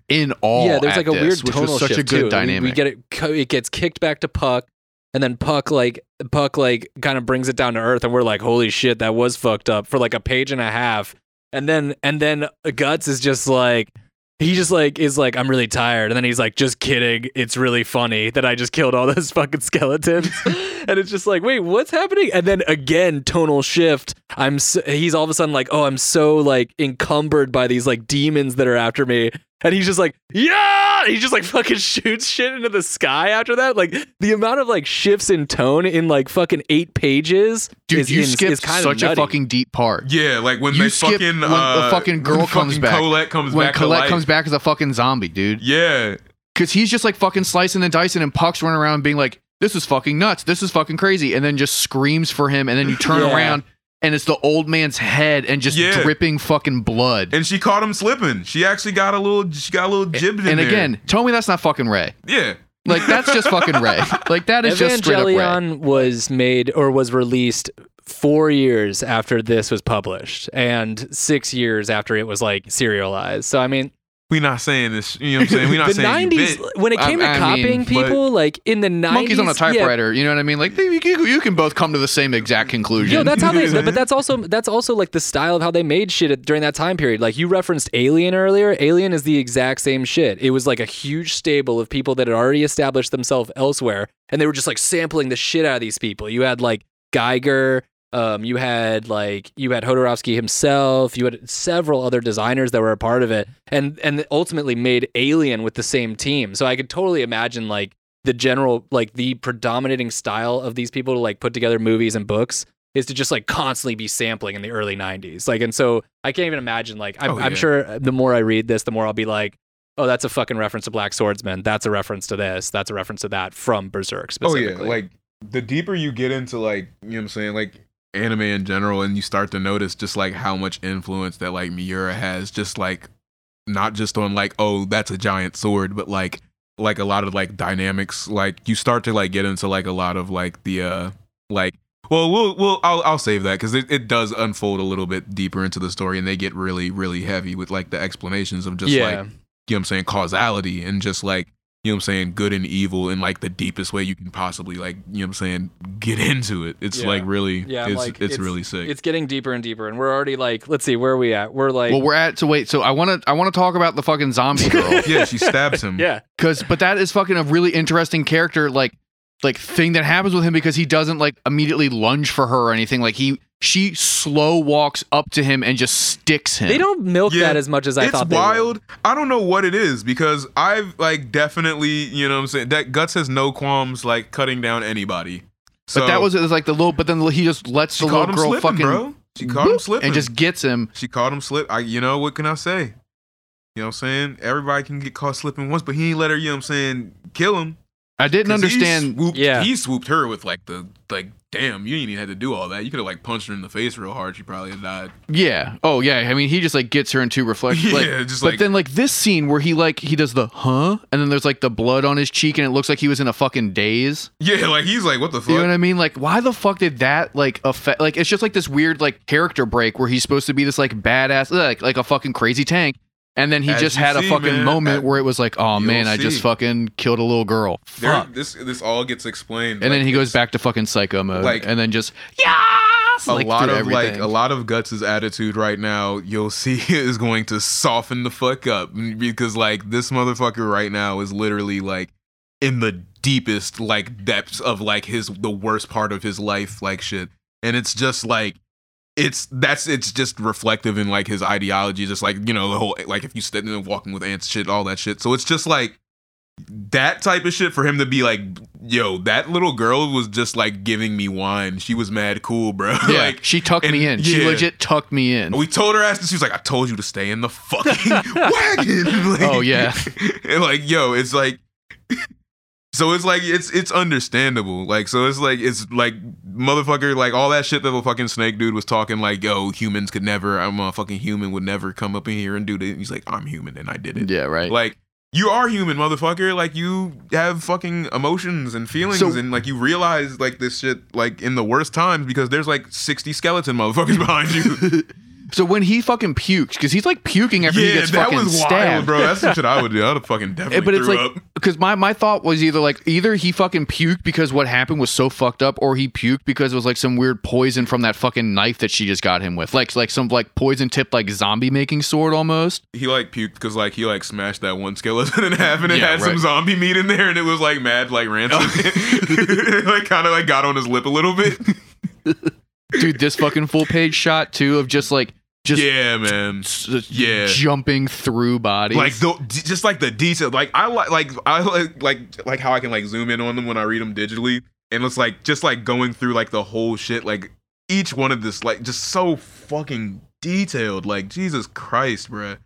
Speaker 1: in all
Speaker 3: yeah, there's
Speaker 1: at
Speaker 3: like a
Speaker 1: this,
Speaker 3: weird
Speaker 1: which
Speaker 3: tonal
Speaker 1: was such
Speaker 3: shift
Speaker 1: a good
Speaker 3: too. We-
Speaker 1: dynamic
Speaker 3: We, get it. co- It gets kicked back to Puck, and then Puck like Puck like kind of brings it down to earth, and we're like, holy shit, that was fucked up for like a page and a half, and then and then Guts is just like. He just like is like I'm really tired, and then he's like, "Just kidding, it's really funny that I just killed all those fucking skeletons." and it's just like, "Wait, what's happening?" And then again, tonal shift. I'm so, he's all of a sudden like, "Oh, I'm so like encumbered by these like demons that are after me," And he's just like, yeah! He just like fucking shoots shit into the sky after that. Like the amount of like shifts in tone in like fucking eight pages
Speaker 1: dude
Speaker 3: is,
Speaker 1: you
Speaker 3: is,
Speaker 1: skipped
Speaker 3: is kind
Speaker 1: such
Speaker 3: of
Speaker 1: a fucking deep part
Speaker 4: Yeah, like when
Speaker 1: You
Speaker 4: they
Speaker 1: skip when
Speaker 4: fucking
Speaker 1: the
Speaker 4: uh,
Speaker 1: fucking girl
Speaker 4: when
Speaker 1: comes
Speaker 4: fucking
Speaker 1: back.
Speaker 4: Colette comes
Speaker 1: when
Speaker 4: back to
Speaker 1: Colette
Speaker 4: life.
Speaker 1: comes back as a fucking zombie dude
Speaker 4: Yeah.
Speaker 1: because he's just like fucking slicing and dicing and pucks running around being like this is fucking nuts this is fucking crazy and then just screams for him and then you turn
Speaker 3: Yeah.
Speaker 1: around and it's the old man's head and just
Speaker 4: Yeah.
Speaker 1: dripping fucking blood
Speaker 4: And she caught him slipping. She actually got a little she got a little jibbed in
Speaker 1: and
Speaker 4: there.
Speaker 1: again tell me that's not fucking ray
Speaker 4: Yeah.
Speaker 1: Like that's just fucking Ray. Like that is just straight up Ray.
Speaker 3: Evangelion was made or was released four years after this was published and six years after it was like serialized. So I mean,
Speaker 4: We not saying this, you know what I'm saying? We not
Speaker 3: the
Speaker 4: saying you
Speaker 3: '90s
Speaker 4: bit.
Speaker 3: when it
Speaker 1: I-
Speaker 3: came to
Speaker 1: I mean,
Speaker 3: copying
Speaker 1: but-
Speaker 3: people, like in the '90s,
Speaker 1: Monkeys on a
Speaker 3: yeah,
Speaker 1: typewriter. You know what I mean? Like they, you, you can both come to the same exact conclusion.
Speaker 3: Yo, that's how they. But that's also that's also like the style of how they made shit at, during that time period. Like you referenced Alien earlier. Alien is the exact same shit. It was like a huge stable of people that had already established themselves elsewhere, and they were just like sampling the shit out of these people. You had like Geiger. Um, you had like you had Hodorovsky himself. You had several other designers that were a part of it, and and ultimately made Alien with the same team. So I could totally imagine like the general like the predominating style of these people to like put together movies and books is to just like constantly be sampling in the early 90s like and so i can't even imagine like i'm,
Speaker 4: Oh, yeah.
Speaker 3: I'm sure the more i read this the more i'll be like oh that's a fucking reference to black swordsman that's a reference to this that's a reference to that from berserk
Speaker 4: Oh yeah,
Speaker 3: specifically
Speaker 4: like the deeper you get into like you know what I'm saying, like anime in general, and you start to notice just like how much influence that like Miura has, just like not just on like oh that's a giant sword, but like like a lot of like dynamics. Like you start to like get into like a lot of like the uh like well we'll we'll I'll I'll save that because it, it does unfold a little bit deeper into the story, and they get really really heavy with like the explanations of just like
Speaker 3: yeah
Speaker 4: you know what I'm saying, causality and just like you know what I'm saying, good and evil in like the deepest way you can possibly like, you know what I'm saying, get into it. It's
Speaker 3: Yeah.
Speaker 4: like really
Speaker 3: Yeah,
Speaker 4: it's,
Speaker 3: like,
Speaker 4: it's
Speaker 3: it's-
Speaker 4: really sick.
Speaker 3: It's getting deeper and deeper, and we're already like, let's see, where are we at? We're like,
Speaker 1: Well, we're at so wait. So I want to I want to talk about the fucking zombie girl
Speaker 4: yeah, she stabs him.
Speaker 3: yeah,
Speaker 1: because but that is fucking a really interesting character like like thing that happens with him because he doesn't like immediately lunge for her or anything. Like he she slow walks up to him and just sticks him.
Speaker 3: they don't milk
Speaker 4: Yeah.
Speaker 3: that as much as I
Speaker 4: it's
Speaker 3: thought. They would.
Speaker 4: wild. I don't know what it is because I've like definitely, you know what I'm saying, that Guts has no qualms like cutting down anybody. So
Speaker 1: But that was, it was like the little. But then he just lets
Speaker 4: she
Speaker 1: the little
Speaker 4: caught him
Speaker 1: girl
Speaker 4: slipping,
Speaker 1: fucking
Speaker 4: bro. She caught him
Speaker 1: boop,
Speaker 4: slipping.
Speaker 1: and just gets him.
Speaker 4: She caught him slip. I, you know, what can I say? You know what I'm saying? Everybody can get caught slipping once, but he ain't let her, you know what I'm saying, kill him.
Speaker 1: I didn't
Speaker 4: 'Cause He
Speaker 1: understand.
Speaker 4: swooped,
Speaker 3: Yeah.
Speaker 4: he swooped her with like the, like, damn, you ain't even had to do all that. You could have like punched her in the face real hard. She probably had died.
Speaker 1: Yeah. Oh yeah. I mean, he just like gets her into reflection. Like,
Speaker 4: Yeah, just
Speaker 1: but
Speaker 4: like-
Speaker 1: then like this scene where he like he does the huh, and then there's like the blood on his cheek, and it looks like he was in a fucking daze.
Speaker 4: Yeah, like he's like, what the fuck?
Speaker 1: You know what I mean? Like, why the fuck did that like affect? Like, it's just like this weird like character break where he's supposed to be this like badass, like like a fucking crazy tank, and then he
Speaker 4: As
Speaker 1: just
Speaker 4: you
Speaker 1: had
Speaker 4: see,
Speaker 1: a fucking
Speaker 4: man,
Speaker 1: moment
Speaker 4: as-
Speaker 1: where it was like, oh
Speaker 4: you'll
Speaker 1: man, I just
Speaker 4: see.
Speaker 1: fucking killed a little girl.
Speaker 4: There-
Speaker 1: Fuck.
Speaker 4: this this all gets explained.
Speaker 1: and
Speaker 4: like,
Speaker 1: then he goes
Speaker 4: it's-
Speaker 1: back to fucking psycho mode,
Speaker 4: like,
Speaker 1: and then just yes,
Speaker 4: a
Speaker 1: like,
Speaker 4: lot
Speaker 1: through
Speaker 4: of
Speaker 1: everything.
Speaker 4: like a lot of Guts's attitude right now, you'll see is going to soften the fuck up because like this motherfucker right now is literally like in the deepest like depths of like his the worst part of his life like shit. And it's just like it's that's it's just reflective in like his ideology just like you know the whole like if you stand and walking with ants shit all that shit. So it's just like that type of shit for him to be like, yo, that little girl was just like giving me wine. She was mad cool, bro.
Speaker 1: Yeah,
Speaker 4: like
Speaker 1: she tucked
Speaker 4: and-
Speaker 1: me in. She
Speaker 4: yeah. Oh,
Speaker 1: legit tucked me in.
Speaker 4: we told her ass, and she was like, "I told you to stay in the fucking wagon." Like-
Speaker 1: Oh, yeah.
Speaker 4: and like yo, it's like, so it's like it's it's understandable. Like so, it's like it's like motherfucker, like all that shit that the fucking snake dude was talking. Like yo, humans could never. I'm a fucking human would never come up in here and do this. He's like, I'm human and I did it.
Speaker 1: yeah, right.
Speaker 4: Like you are human, motherfucker. Like you have fucking emotions and feelings,
Speaker 1: So-
Speaker 4: and like you realize like this shit like in the worst times because there's like 60 skeleton motherfuckers behind you.
Speaker 1: so when he fucking pukes, because he's like puking after he gets fucking stabbed.
Speaker 4: bro. That's the shit I would do. I'd have fucking definitely
Speaker 1: Eh, But it's
Speaker 4: threw
Speaker 1: like
Speaker 4: up.
Speaker 1: because my my thought was either like either he fucking puked because what happened was so fucked up, or he puked because it was like some weird poison from that fucking knife that she just got him with, like like some like poison tipped like zombie making sword almost.
Speaker 4: He like puked because like he like smashed that one skeleton in half, and it
Speaker 1: Yeah,
Speaker 4: had some
Speaker 1: right.
Speaker 4: zombie meat in there, and it was like mad, like rancid. It, like kind of like got on his lip a little bit.
Speaker 1: Dude, this fucking full page shot too of just like just
Speaker 4: yeah, man.
Speaker 1: s-
Speaker 4: Yeah.
Speaker 1: jumping through bodies.
Speaker 4: Like the, d- just like the detail. Like I like like I like like like how I can like zoom in on them when I read them digitally, and it's like just like going through like the whole shit. Like each one of this like just so fucking detailed. Like Jesus Christ, bruh.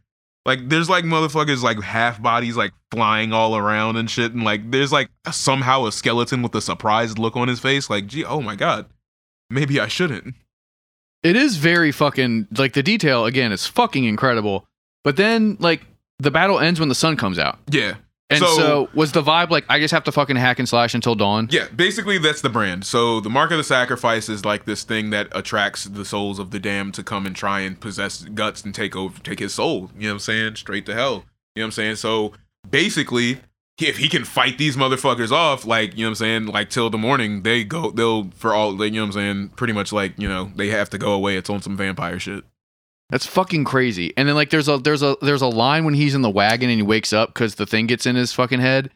Speaker 4: Like there's like motherfuckers like half bodies like flying all around and shit, and like there's like somehow a skeleton with a surprised look on his face. Like gee, oh my god, maybe I shouldn't.
Speaker 1: It is very fucking like the detail again is fucking incredible. But then like the battle ends when the sun comes out.
Speaker 4: Yeah.
Speaker 1: And so,
Speaker 4: So-
Speaker 1: was the vibe like I just have to fucking hack and slash until dawn?
Speaker 4: Yeah, basically that's the brand. So the mark of the sacrifice is like this thing that attracts the souls of the damned to come and try and possess guts and take over take his soul. You know what I'm saying? Straight to hell. You know what I'm saying? So basically, if he can fight these motherfuckers off, like, you know what I'm saying, like till the morning, they go they'll for all they you know what I'm saying, pretty much like, you know, they have to go away. It's on some vampire shit.
Speaker 1: That's fucking crazy. And then like there's a there's a there's a line when he's in the wagon and he wakes up cuz the thing gets in his fucking head.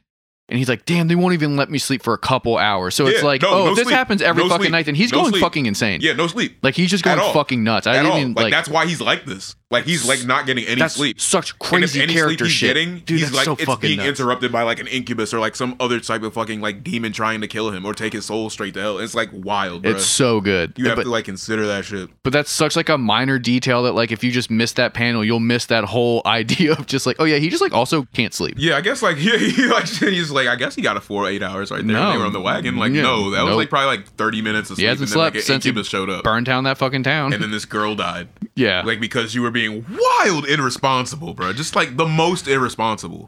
Speaker 1: And he's like, "Damn, they won't even let me sleep for a couple hours." So it's
Speaker 4: Yeah,
Speaker 1: like,
Speaker 4: no,
Speaker 1: "Oh,
Speaker 4: no
Speaker 1: if this
Speaker 4: sleep.
Speaker 1: happens every
Speaker 4: No
Speaker 1: fucking
Speaker 4: sleep.
Speaker 1: night, then he's
Speaker 4: No
Speaker 1: going
Speaker 4: sleep.
Speaker 1: fucking insane."
Speaker 4: Yeah, no sleep.
Speaker 1: Like he's just going
Speaker 4: At all.
Speaker 1: fucking nuts. I
Speaker 4: At
Speaker 1: didn't
Speaker 4: all.
Speaker 1: even
Speaker 4: like,
Speaker 1: like,
Speaker 4: that's why he's like this. Like he's like not getting any
Speaker 1: that's
Speaker 4: sleep.
Speaker 1: such
Speaker 4: And if
Speaker 1: crazy
Speaker 4: any
Speaker 1: character
Speaker 4: sleep he's
Speaker 1: shit.
Speaker 4: getting,
Speaker 1: Dude,
Speaker 4: he's
Speaker 1: that's
Speaker 4: like
Speaker 1: so
Speaker 4: it's
Speaker 1: fucking
Speaker 4: being
Speaker 1: nuts.
Speaker 4: interrupted by like an incubus or like some other type of fucking like demon trying to kill him or take his soul straight to hell. It's like wild, bro.
Speaker 1: It's so good.
Speaker 4: you have
Speaker 1: But-
Speaker 4: to like consider that shit.
Speaker 1: but that's such like a minor detail that like if you just miss that panel you'll miss that whole idea of just like oh yeah he just like also can't sleep
Speaker 4: Yeah, I guess like yeah, he, like he's like I guess he got a four eight hours right there.
Speaker 1: No.
Speaker 4: when they were on the wagon. Like
Speaker 1: Yeah.
Speaker 4: no, that was
Speaker 1: Nope.
Speaker 4: like probably like thirty minutes of
Speaker 1: He
Speaker 4: sleep.
Speaker 1: hasn't
Speaker 4: and then, like,
Speaker 1: slept
Speaker 4: an
Speaker 1: since he
Speaker 4: incubus showed up,
Speaker 1: burn down that fucking town
Speaker 4: and then this girl died.
Speaker 1: yeah
Speaker 4: Like because you were being wild irresponsible, bro. Just like the most irresponsible.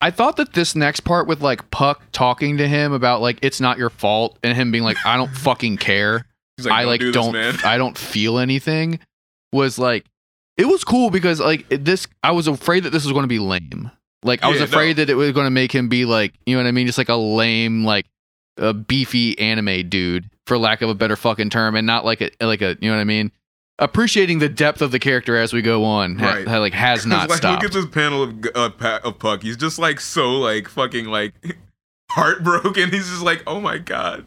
Speaker 1: i thought that this next part with like puck talking to him about like it's not your fault and him being like i don't fucking care
Speaker 4: He's like,
Speaker 1: i like
Speaker 4: do
Speaker 1: don't
Speaker 4: this, man.
Speaker 1: i don't feel anything was like it was cool because like it- this i was afraid that this was going to be lame Like I was
Speaker 4: Yeah, no.
Speaker 1: afraid that it was going to make him be like, you know what I mean, just like a lame, like a beefy anime dude, for lack of a better fucking term, and not like a like a, you know what I mean. Appreciating the depth of the character as we go on, ha-
Speaker 4: Right.
Speaker 1: ha- like has not
Speaker 4: like,
Speaker 1: stopped.
Speaker 4: Look at this panel of G- uh, Pa- of Puck. He's just like so like fucking like heartbroken. He's just like, oh my god,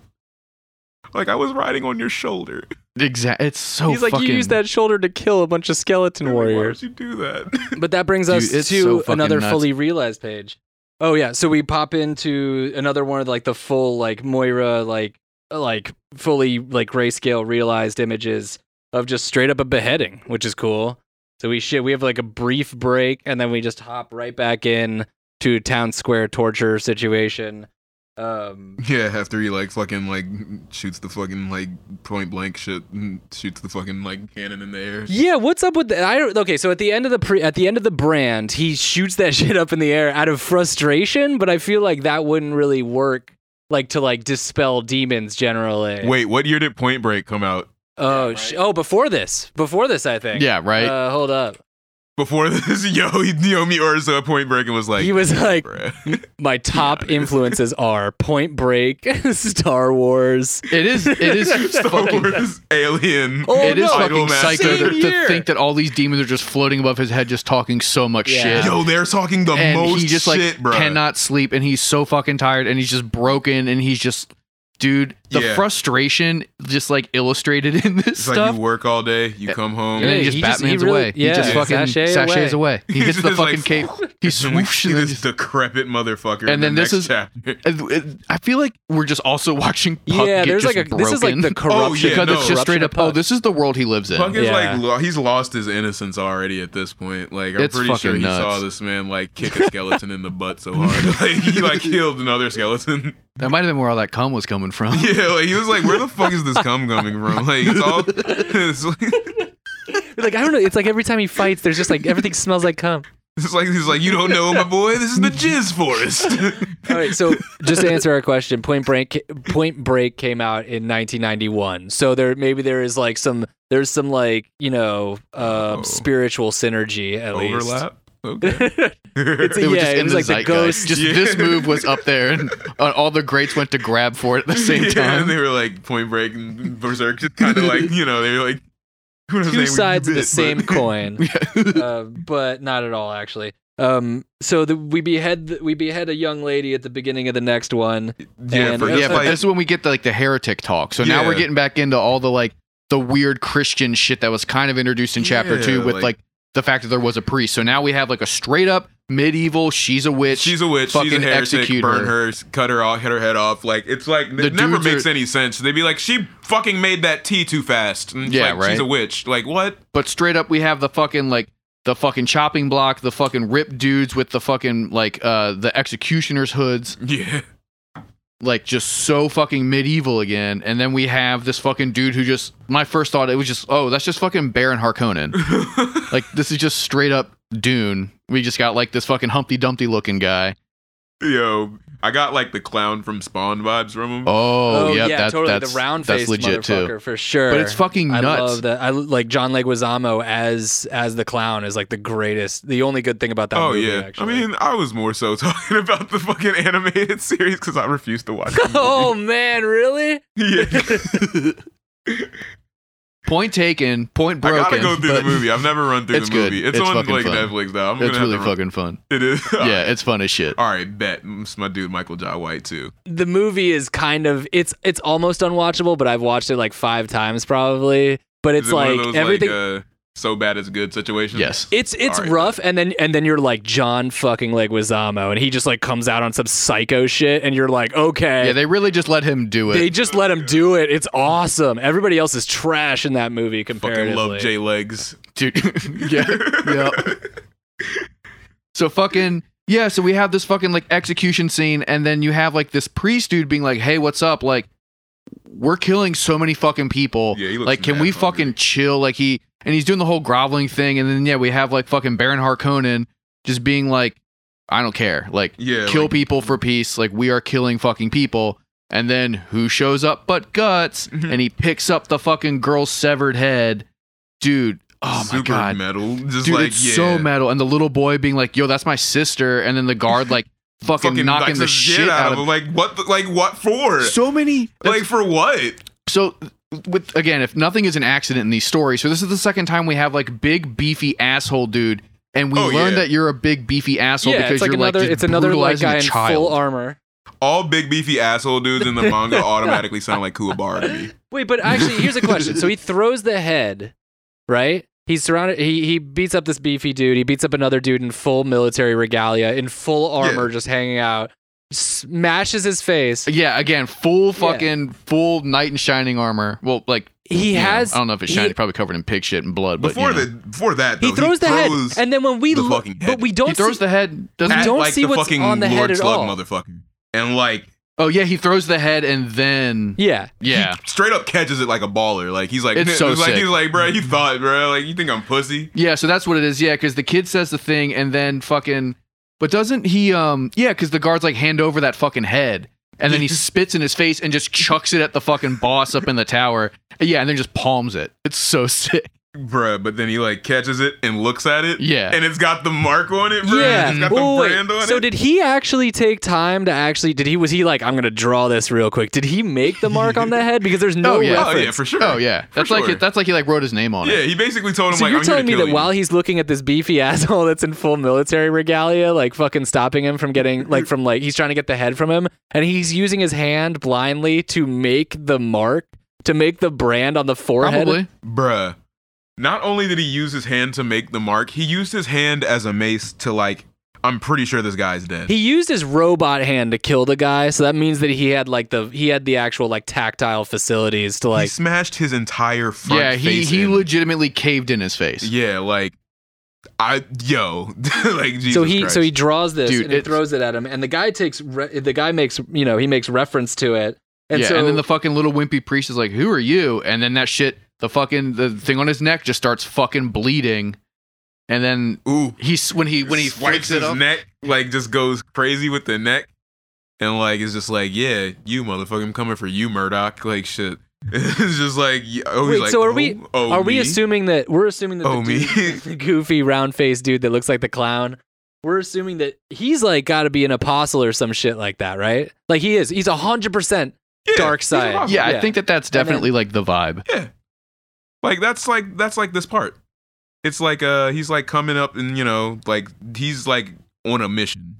Speaker 4: like I was riding on your shoulder.
Speaker 1: Exactly. It's so.
Speaker 3: He's like,
Speaker 1: Oh, fucking,
Speaker 3: you used that shoulder to kill a bunch of skeleton
Speaker 4: Why
Speaker 3: warriors.
Speaker 4: would you do that?
Speaker 3: But that brings
Speaker 1: Dude,
Speaker 3: us
Speaker 1: it's so
Speaker 3: to
Speaker 1: fucking
Speaker 3: another
Speaker 1: nuts.
Speaker 3: fully realized page. Oh yeah, so we pop into another one of like the full like Moira like like fully like grayscale realized images of just straight up a beheading, which is cool. So we shit we have like a brief break and then we just hop right back in to town square torture situation. Um
Speaker 4: yeah, after he like fucking like shoots the fucking like point blank shit, and shoots the fucking like cannon in the air.
Speaker 3: Yeah, what's up with that? I don't, okay, so at the end of the pre, at the end of the brand, he shoots that shit up in the air out of frustration, but I feel like that wouldn't really work like to like dispel demons generally.
Speaker 4: Wait, what year did Point Break come out?
Speaker 3: Oh, sh- oh, before this. Before this, I think.
Speaker 1: Yeah. Right.
Speaker 3: Uh, hold up.
Speaker 4: Before this, yo, he, Naomi Orr saw Point Break and was like,
Speaker 3: he was like
Speaker 4: "Bruh."
Speaker 3: my top influences are Point Break, Star Wars.
Speaker 1: it is. It is
Speaker 4: Star
Speaker 1: fucking.
Speaker 4: Wars, Alien.
Speaker 3: Oh,
Speaker 1: It is
Speaker 3: no.
Speaker 1: fucking
Speaker 4: Idol
Speaker 1: psycho
Speaker 4: Master.
Speaker 1: to,
Speaker 3: Same
Speaker 1: to
Speaker 3: year.
Speaker 1: think that all these demons are just floating above his head, just talking so much
Speaker 3: Yeah.
Speaker 1: shit.
Speaker 4: Yo, they're talking the
Speaker 1: and
Speaker 4: most
Speaker 1: he just
Speaker 4: shit,
Speaker 1: like
Speaker 4: bruh.
Speaker 1: cannot sleep, and he's so fucking tired, and he's just broken, and he's just, dude, the
Speaker 4: Yeah.
Speaker 1: frustration just like illustrated in this
Speaker 4: It's like
Speaker 1: stuff.
Speaker 4: you work all day, you come home.
Speaker 1: and then
Speaker 3: Yeah,
Speaker 1: he just
Speaker 3: he just- he
Speaker 1: Batman's
Speaker 3: really-
Speaker 1: away.
Speaker 3: yeah.
Speaker 1: he just fucking
Speaker 3: Sashay
Speaker 1: sachets
Speaker 3: away.
Speaker 1: away. He gets the
Speaker 4: He's
Speaker 1: fucking
Speaker 4: just
Speaker 1: cape. He
Speaker 4: And we
Speaker 1: swoops
Speaker 4: see
Speaker 1: and then
Speaker 4: this
Speaker 1: just.
Speaker 4: decrepit motherfucker.
Speaker 1: And
Speaker 4: in
Speaker 1: then
Speaker 4: the
Speaker 1: this
Speaker 4: next
Speaker 1: is-
Speaker 4: chapter.
Speaker 1: I feel like we're just also watching. Puck
Speaker 3: yeah,
Speaker 1: get
Speaker 3: there's
Speaker 1: just
Speaker 3: like a this is like
Speaker 1: broken. Oh,
Speaker 3: the corruption.
Speaker 1: because
Speaker 4: no.
Speaker 1: it's just straight up. Oh, this is the world he lives in.
Speaker 4: Puck is
Speaker 3: Yeah.
Speaker 4: like lo- he's lost his innocence already at this point. Like I'm
Speaker 1: It's
Speaker 4: pretty
Speaker 1: fucking
Speaker 4: sure he
Speaker 1: nuts.
Speaker 4: saw this man like kick a skeleton in the butt so hard, like he like killed another skeleton.
Speaker 1: That might have been where all that cum was coming from.
Speaker 4: yeah, like he was like, "Where the fuck is this cum coming from?" Like it's all. It's like,
Speaker 3: like I don't know. It's like every time he fights, there's just like everything smells like cum.
Speaker 4: it's like he's like, "You don't know, my boy. This is the jizz forest."
Speaker 3: All right, so just to answer our question, Point Break Point Break came out in 1991. So there maybe there is like some there's some like, you know, uh,
Speaker 4: Oh.
Speaker 3: spiritual synergy at
Speaker 4: Overlap. Okay.
Speaker 3: least. it's
Speaker 1: They were
Speaker 3: yeah,
Speaker 1: just
Speaker 3: it
Speaker 1: in
Speaker 3: was
Speaker 1: the
Speaker 3: like the
Speaker 1: zeitgeist.
Speaker 3: ghost
Speaker 1: Just
Speaker 4: Yeah.
Speaker 1: this move was up there, and uh, all the greats went to grab for it at the same
Speaker 4: Yeah,
Speaker 1: time.
Speaker 4: And they were like Point Break and Berserk, just kind of like you know they were like who knows
Speaker 3: two
Speaker 4: they-
Speaker 3: sides of the
Speaker 4: but-
Speaker 3: same coin.
Speaker 1: Yeah.
Speaker 3: uh, but not at all actually. Um, so the, we behead the, we behead a young lady at the beginning of the next one.
Speaker 4: Yeah,
Speaker 3: And-
Speaker 4: for
Speaker 1: yeah,
Speaker 4: just
Speaker 1: but
Speaker 4: like
Speaker 1: this is when we get the, like the heretic talk. So now we're
Speaker 4: Yeah.
Speaker 1: getting back into all the like the weird Christian shit that was kind of introduced in chapter
Speaker 4: Yeah,
Speaker 1: two with like,
Speaker 4: like-
Speaker 1: the fact that there was a priest. So now we have like a straight up medieval. She's a witch.
Speaker 4: she's a witch, she's a
Speaker 1: fucking
Speaker 4: heretic,
Speaker 1: execute
Speaker 4: burn
Speaker 1: her.
Speaker 4: her. cut her off, hit her head off. Like it's like
Speaker 1: The
Speaker 4: it never
Speaker 1: dudes are-
Speaker 4: makes any sense. They'd be like, she fucking made that tea too fast. And it's
Speaker 1: Yeah,
Speaker 4: like,
Speaker 1: right.
Speaker 4: She's a witch. Like what?
Speaker 1: but straight up we have the fucking like the fucking chopping block, the fucking ripped dudes with the fucking like uh the executioner's hoods.
Speaker 4: Yeah,
Speaker 1: like just so fucking medieval again. And then we have this fucking dude who just my first thought it was just oh that's just fucking Baron Harkonnen. like this is just straight up Dune. We just got like this fucking Humpty Dumpty looking guy.
Speaker 4: yo, I got like the clown from Spawn vibes from him.
Speaker 1: Oh, yeah, that,
Speaker 3: totally.
Speaker 1: that's
Speaker 3: the round
Speaker 1: that's legit too.
Speaker 3: for sure.
Speaker 1: But it's fucking
Speaker 3: I
Speaker 1: nuts.
Speaker 3: love that. I l- like John Leguizamo as as the clown is like the greatest. The only good thing about that
Speaker 4: Oh
Speaker 3: movie.
Speaker 4: yeah,
Speaker 3: actually.
Speaker 4: I mean, I was more so talking about the fucking animated series because I refused to watch. the
Speaker 3: oh man, really?
Speaker 4: movie. yeah.
Speaker 1: Point taken. Point broken.
Speaker 4: I gotta go through the
Speaker 1: but
Speaker 4: movie. I've never run through
Speaker 1: it's
Speaker 4: the movie.
Speaker 1: good.
Speaker 4: It's,
Speaker 1: It's
Speaker 4: on
Speaker 1: fucking
Speaker 4: like
Speaker 1: fun.
Speaker 4: Netflix now. I'm gonna
Speaker 1: It's
Speaker 4: have
Speaker 1: really
Speaker 4: to run-
Speaker 1: fucking fun.
Speaker 4: It is.
Speaker 1: Yeah, it's fun as shit.
Speaker 4: All right, bet. It's my dude Michael Jai White too.
Speaker 3: The movie is kind of it's it's almost unwatchable, but I've watched it like five times probably. But it's
Speaker 4: is it
Speaker 3: like
Speaker 4: one of those,
Speaker 3: everything.
Speaker 4: Like, uh, so bad it's good situation.
Speaker 1: Yes.
Speaker 3: it's it's
Speaker 4: Alright.
Speaker 3: rough, and then and then you're like John fucking Leguizamo, and he just like comes out on some psycho shit, and you're like, okay,
Speaker 1: Yeah, they really just let him do it.
Speaker 3: They just let him do it. It's awesome. Everybody else is trash in that movie
Speaker 4: Fucking
Speaker 3: comparatively.
Speaker 4: love J Legs.
Speaker 1: Dude. yeah. Yeah. So fucking yeah, so we have this fucking like execution scene and then you have like this priest dude being like, "Hey, what's up?" like we're killing so many fucking people.
Speaker 4: Yeah, he looks
Speaker 1: like can
Speaker 4: mad
Speaker 1: we
Speaker 4: hungry.
Speaker 1: fucking chill? Like he and he's doing the whole groveling thing and then yeah, we have like fucking Baron Harkonnen just being like, "I don't care." Like
Speaker 4: Yeah.
Speaker 1: kill
Speaker 4: like-
Speaker 1: people for peace. Like we are killing fucking people. And then who shows up but guts?
Speaker 4: Mhm.
Speaker 1: and he picks up the fucking girl's severed head. Dude, Oh my
Speaker 4: super
Speaker 1: god,
Speaker 4: metal. Just
Speaker 1: dude,
Speaker 4: like
Speaker 1: it's
Speaker 4: yeah.
Speaker 1: so metal. And the little boy being like, "Yo, that's my sister," and then the guard like fucking, knocking
Speaker 4: knocks
Speaker 1: the shit out of
Speaker 4: him. Like what? the- like what for?
Speaker 1: So many.
Speaker 4: like for what?
Speaker 1: So with again, if nothing is an accident in these stories, so this is the second time we have like big beefy asshole dude, and we
Speaker 4: Oh,
Speaker 1: learn
Speaker 4: yeah.
Speaker 1: that you're a big beefy asshole
Speaker 3: yeah,
Speaker 1: because
Speaker 3: it's like
Speaker 1: you're
Speaker 3: another.
Speaker 1: like just
Speaker 3: it's another like
Speaker 1: brutalizing
Speaker 3: guy
Speaker 1: a
Speaker 3: in
Speaker 1: child.
Speaker 3: full armor.
Speaker 4: All big beefy asshole dudes in the manga automatically sound like Kuwabara to me.
Speaker 3: Wait, but actually, here's a question. So he throws the head, right? He's surrounded. He he beats up this beefy dude. He beats up another dude in full military regalia, in full armor, just hanging out. Smashes his face.
Speaker 1: Yeah, again, full fucking full knight in shining armor. Well, like
Speaker 3: He
Speaker 1: you know,
Speaker 3: has.
Speaker 1: I don't know if it's
Speaker 3: he-
Speaker 1: shiny, probably covered in pig shit and blood. But
Speaker 4: Before
Speaker 1: you know.
Speaker 4: the before that, though,
Speaker 3: He throws the
Speaker 4: throws
Speaker 3: head, and then when we
Speaker 4: the
Speaker 3: look,
Speaker 4: fucking
Speaker 3: but
Speaker 4: head.
Speaker 3: we don't
Speaker 1: he throws
Speaker 3: see.
Speaker 1: the head, doesn't
Speaker 4: at,
Speaker 1: he?
Speaker 3: don't
Speaker 4: like,
Speaker 3: see
Speaker 4: the
Speaker 3: what's
Speaker 4: fucking
Speaker 3: on the head
Speaker 4: Lord
Speaker 3: at
Speaker 4: Slug
Speaker 3: all.
Speaker 4: motherfucker, and like
Speaker 1: Oh yeah, he throws the head and then
Speaker 3: yeah,
Speaker 1: yeah,
Speaker 4: straight up catches it like a baller. Like he's like,
Speaker 1: It's so
Speaker 4: like
Speaker 1: sick.
Speaker 4: he's like, bro, you thought, bro, like you think I'm pussy?
Speaker 1: yeah. So that's what it is. Yeah, because the kid says the thing and then fucking. But doesn't he? Um, yeah, because the guards like hand over that fucking head and then he spits in his face and just chucks it at the fucking boss up in the tower. Yeah, and then just palms it. It's so sick.
Speaker 4: Bruh, but then he like catches it and looks at it.
Speaker 1: Yeah.
Speaker 4: And it's got the mark on it, bruh.
Speaker 3: yeah.
Speaker 4: It's got
Speaker 3: Well,
Speaker 4: the
Speaker 3: wait,
Speaker 4: brand on
Speaker 3: so
Speaker 4: it.
Speaker 3: did he actually take time to actually? Did he? Was he like, I'm gonna draw this real quick? Did he make the mark on the head? Because there's no
Speaker 1: Oh, yeah.
Speaker 4: oh
Speaker 3: reference.
Speaker 4: yeah, for sure.
Speaker 1: Oh yeah, that's like
Speaker 4: sure.
Speaker 1: it, that's like he like wrote his name on it.
Speaker 4: Yeah, he basically told him
Speaker 3: So
Speaker 4: like
Speaker 3: you're
Speaker 4: I'm
Speaker 3: telling me
Speaker 4: here to
Speaker 3: that
Speaker 4: kill you.
Speaker 3: while he's looking at this beefy asshole that's in full military regalia, like fucking stopping him from getting like from like he's trying to get the head from him, and he's using his hand blindly to make the mark to make the brand on the forehead.
Speaker 1: Probably.
Speaker 4: Bruh. Not only did he use his hand to make the mark, he used his hand as a mace to like I'm pretty sure this guy's dead.
Speaker 3: He used his robot hand to kill the guy, so that means that he had like the he had the actual like tactile facilities to
Speaker 4: He
Speaker 3: like
Speaker 4: smashed his entire front
Speaker 1: Yeah, he
Speaker 4: face
Speaker 1: he
Speaker 4: in.
Speaker 1: legitimately caved in his face.
Speaker 4: Yeah, like I yo, like Jesus
Speaker 3: so he
Speaker 4: Christ.
Speaker 3: so he draws this
Speaker 1: Dude,
Speaker 3: and he
Speaker 1: it's-
Speaker 3: throws it at him and the guy takes re- the guy makes you know he makes reference to it and
Speaker 1: yeah,
Speaker 3: so
Speaker 1: and then the fucking little wimpy priest is like, "Who are you?" And then that shit, the fucking the thing on his neck just starts fucking bleeding, and then
Speaker 4: Ooh,
Speaker 1: he's when he when he
Speaker 4: swipes
Speaker 1: flicks
Speaker 4: his
Speaker 1: it up.
Speaker 4: neck, like just goes crazy with the neck, and like it's just like, yeah, you motherfucker, I'm coming for you, Murdoch. Like shit. it's just like, y- oh, he's
Speaker 3: Wait,
Speaker 4: like,
Speaker 3: so are
Speaker 4: oh,
Speaker 3: we-
Speaker 4: Oh,
Speaker 3: are we
Speaker 4: me?
Speaker 3: assuming that we're assuming that
Speaker 4: Oh,
Speaker 3: the,
Speaker 4: me.
Speaker 3: dude- the goofy round faced dude that looks like the clown we're assuming that he's like got to be an apostle or some shit like that right like he is he's 100%
Speaker 4: Yeah,
Speaker 3: dark
Speaker 4: he's
Speaker 3: side.
Speaker 4: awesome.
Speaker 1: Yeah,
Speaker 3: Yeah.
Speaker 1: I think that that's
Speaker 3: then-
Speaker 1: definitely like the vibe.
Speaker 4: like that's like that's like this part. It's like uh, he's like coming up, and you know, like he's like on a mission.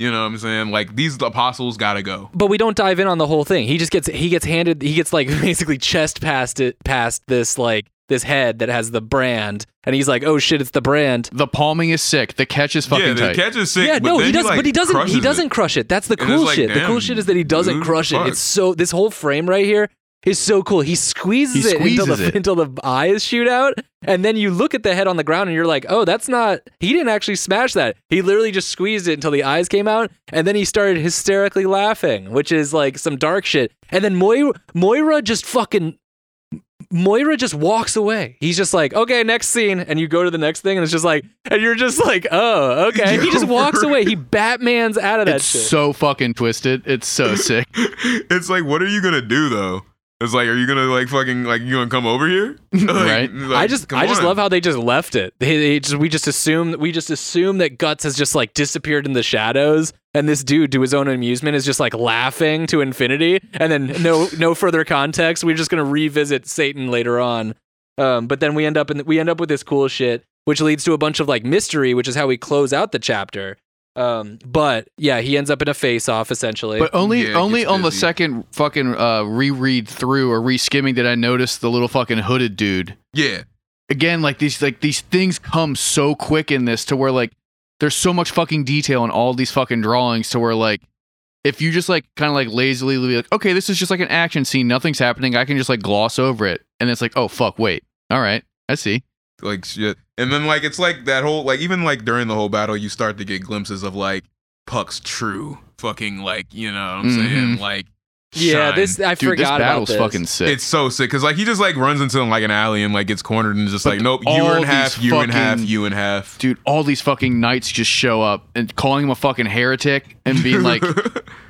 Speaker 4: You know what I'm saying? Like these apostles gotta go.
Speaker 3: but we don't dive in on the whole thing he just gets he gets handed he gets like basically chest past it past this like this head that has the brand and he's like oh shit it's the brand
Speaker 1: The palming is sick. The catch is fucking
Speaker 4: yeah, the
Speaker 1: tight.
Speaker 4: catch is sick.
Speaker 3: yeah,
Speaker 4: but
Speaker 3: no,
Speaker 4: then
Speaker 3: he doesn't.
Speaker 4: like,
Speaker 3: but he doesn't. He
Speaker 4: crushes it.
Speaker 3: doesn't crush it. That's the
Speaker 4: And it's
Speaker 3: cool
Speaker 4: like,
Speaker 3: shit. The cool
Speaker 4: damn,
Speaker 3: shit is that he doesn't
Speaker 4: dude,
Speaker 3: crush
Speaker 4: fuck.
Speaker 3: it. It's so this whole frame right here is so cool. He squeezes,
Speaker 1: He
Speaker 3: it, until
Speaker 1: squeezes
Speaker 3: the,
Speaker 1: it.
Speaker 3: until the eyes shoot out, and then you look at the head on the ground and you're like, oh, that's not. He didn't actually smash that. He literally just squeezed it until the eyes came out, and then he started hysterically laughing, which is like some dark shit. And then Moira, Moira just fucking. Moira just walks away. He's just like, okay, next scene. And you go to the next thing, and it's just like, and you're just like, oh, okay. He just walks away. He Batman's out of that
Speaker 1: it's
Speaker 3: shit.
Speaker 1: so fucking twisted. It's so sick.
Speaker 4: it's like, what are you gonna do though? It's like, are you gonna like fucking like you gonna come over here? Like,
Speaker 1: Right.
Speaker 4: like,
Speaker 3: I just
Speaker 4: come
Speaker 3: I just
Speaker 4: on.
Speaker 3: love how they just left it. They, they just, we just assume we just assume that Guts has just like disappeared in the shadows, and this dude, to his own amusement, is just like laughing to infinity, and then no no further context. We're just gonna revisit Satan later on, um, but then we end up in we end up with this cool shit, which leads to a bunch of like mystery, which is how we close out the chapter. Um, but yeah, he ends up in a face off essentially.
Speaker 1: But only
Speaker 4: Yeah, it
Speaker 1: only
Speaker 4: gets
Speaker 1: on the
Speaker 4: busy.
Speaker 1: second fucking uh, reread through or reskimming did I notice the little fucking hooded dude.
Speaker 4: Yeah.
Speaker 1: again like these like these things come so quick in this to where like there's so much fucking detail in all these fucking drawings to where like if you just like kind of like lazily be like okay this is just like an action scene nothing's happening i can just like gloss over it and it's like oh fuck wait all right i see
Speaker 4: Like shit. And then like it's like that whole like even like during the whole battle you start to get glimpses of like Puck's true fucking like, you know what I'm saying?
Speaker 1: Mhm.
Speaker 4: Like
Speaker 3: Mm-hmm. yeah,
Speaker 4: shine.
Speaker 3: this I
Speaker 1: dude this
Speaker 3: forgot about
Speaker 1: battle's
Speaker 3: this.
Speaker 1: fucking sick
Speaker 4: it's so sick because like he just like runs into like an alley and like gets cornered and just like nope you
Speaker 1: all
Speaker 4: and
Speaker 1: these
Speaker 4: half you and half
Speaker 1: fucking-
Speaker 4: you and half
Speaker 1: dude all these fucking knights just show up and calling him a fucking heretic and being like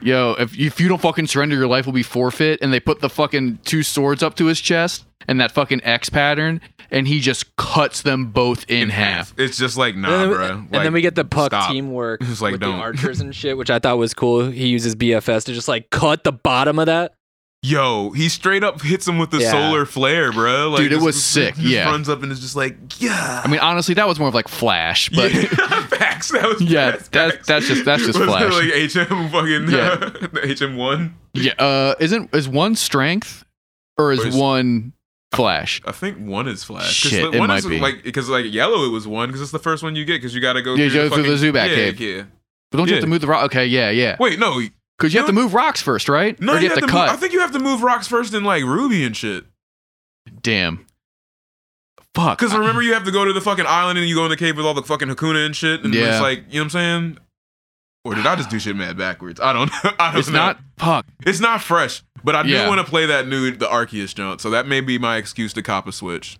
Speaker 1: yo if, if you don't fucking surrender your life will be forfeit and they put the fucking two swords up to his chest and that fucking X pattern, and he just cuts them both in, half.
Speaker 4: It's just like nah,
Speaker 3: and, then,
Speaker 4: bro.
Speaker 3: and then we get the puck teamwork
Speaker 4: It's like,
Speaker 3: with
Speaker 4: don't.
Speaker 3: the archers and shit, which I thought was cool. He uses BFS to just like cut the bottom of that.
Speaker 4: Yo, he straight up hits him with the
Speaker 3: Yeah.
Speaker 4: solar flare, bro. Like,
Speaker 1: Dude, it
Speaker 4: just-
Speaker 1: was sick,
Speaker 4: Just
Speaker 1: yeah.
Speaker 4: runs up and is just like, yeah.
Speaker 1: I mean, honestly, that was more of like Flash, but
Speaker 4: yeah, facts. That was
Speaker 1: Yeah,
Speaker 4: facts,
Speaker 1: that-
Speaker 4: facts.
Speaker 1: that's just- that's just
Speaker 4: Was it
Speaker 1: Flash.
Speaker 4: Like HM fucking
Speaker 1: Yeah.
Speaker 4: the HM one.
Speaker 1: yeah, uh, isn't is one strength or is
Speaker 4: Or is-
Speaker 1: one Flash?
Speaker 4: I think one is Flash. 'Cause
Speaker 1: Shit,
Speaker 4: the-
Speaker 1: it
Speaker 4: one
Speaker 1: might
Speaker 4: is,
Speaker 1: be.
Speaker 4: Like because like yellow, it was one because it's the first one you get because you got to go.
Speaker 1: Yeah, you
Speaker 4: through
Speaker 1: go through the Zubat
Speaker 4: yeah,
Speaker 1: cave.
Speaker 4: Yeah.
Speaker 1: But don't you have
Speaker 4: Yeah.
Speaker 1: to move the rock? Okay, yeah, yeah,
Speaker 4: Wait, no,
Speaker 1: because you have to move rocks first, right?
Speaker 4: no.
Speaker 1: or do you have to,
Speaker 4: move-
Speaker 1: cut.
Speaker 4: I think you have to move rocks first in like Ruby and shit.
Speaker 1: Damn. Fuck.
Speaker 4: Because remember, you have to go to the fucking island and you go in the cave with all the fucking Hakuna and shit. And
Speaker 1: Yeah.
Speaker 4: it's like, you know what I'm saying? Or did I just do shit mad backwards? I don't know. I don't
Speaker 1: it's
Speaker 4: know.
Speaker 1: not fuck.
Speaker 4: It's not fresh, but I do
Speaker 1: Yeah.
Speaker 4: want to play that new the Arceus jump, so that may be my excuse to cop a Switch.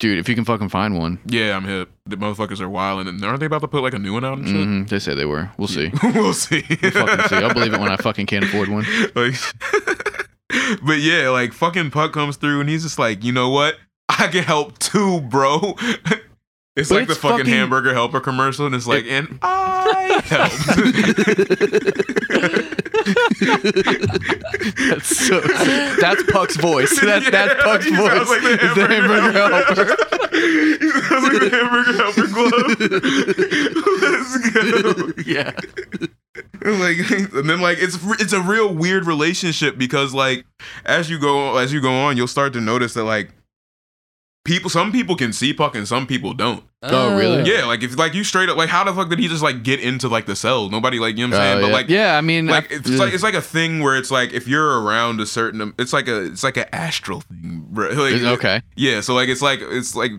Speaker 1: Dude, if you can fucking find one.
Speaker 4: Yeah, I'm hip. The motherfuckers are wilding, and aren't they about to put like a new one out and shit?
Speaker 1: hmm They said they were. We'll see.
Speaker 4: we'll see.
Speaker 1: Mm-hmm. We'll fucking see. I'll believe it when I fucking can't afford one.
Speaker 4: like, but yeah, like fucking Puck comes through and he's just like, you know what? I can help too, bro. It's
Speaker 1: But
Speaker 4: like the
Speaker 1: it's
Speaker 4: fucking,
Speaker 1: fucking-
Speaker 4: hamburger helper commercial, and it's like, and I help.
Speaker 1: That's so. That's Puck's voice. That's that's Puck's
Speaker 4: he
Speaker 1: voice.
Speaker 4: sounds Like the
Speaker 1: It's the hamburger helper.
Speaker 4: he sounds like the hamburger helper glove. Let's go.
Speaker 1: yeah.
Speaker 4: like and then like it's it's a real weird relationship because like as you go as you go on you'll start to notice that like people some people can see puck and some people don't
Speaker 1: Oh, really?
Speaker 4: yeah like if like you straight up like how the fuck did he just like get into like the cell nobody like you know what i'm saying
Speaker 1: Oh,
Speaker 4: but
Speaker 1: yeah.
Speaker 4: like
Speaker 1: yeah, I mean,
Speaker 4: like
Speaker 1: I-
Speaker 4: it's like it's like a thing where it's like if you're around a certain it's like a it's like an astral thing bro like,
Speaker 1: It's- okay.
Speaker 4: yeah, so like it's like it's like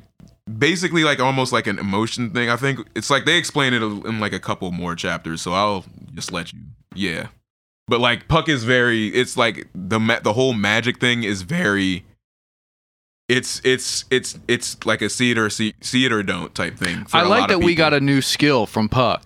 Speaker 4: basically like almost like an emotion thing. I think it's like they explain it in like a couple more chapters, so I'll just let you. Yeah. But like Puck is very it's like the ma- the whole magic thing is very it's it's it's it's like a see it or see, see it or don't type thing. for
Speaker 1: I
Speaker 4: a
Speaker 1: like
Speaker 4: lot
Speaker 1: that
Speaker 4: of
Speaker 1: we
Speaker 4: people.
Speaker 1: got a new skill from Puck.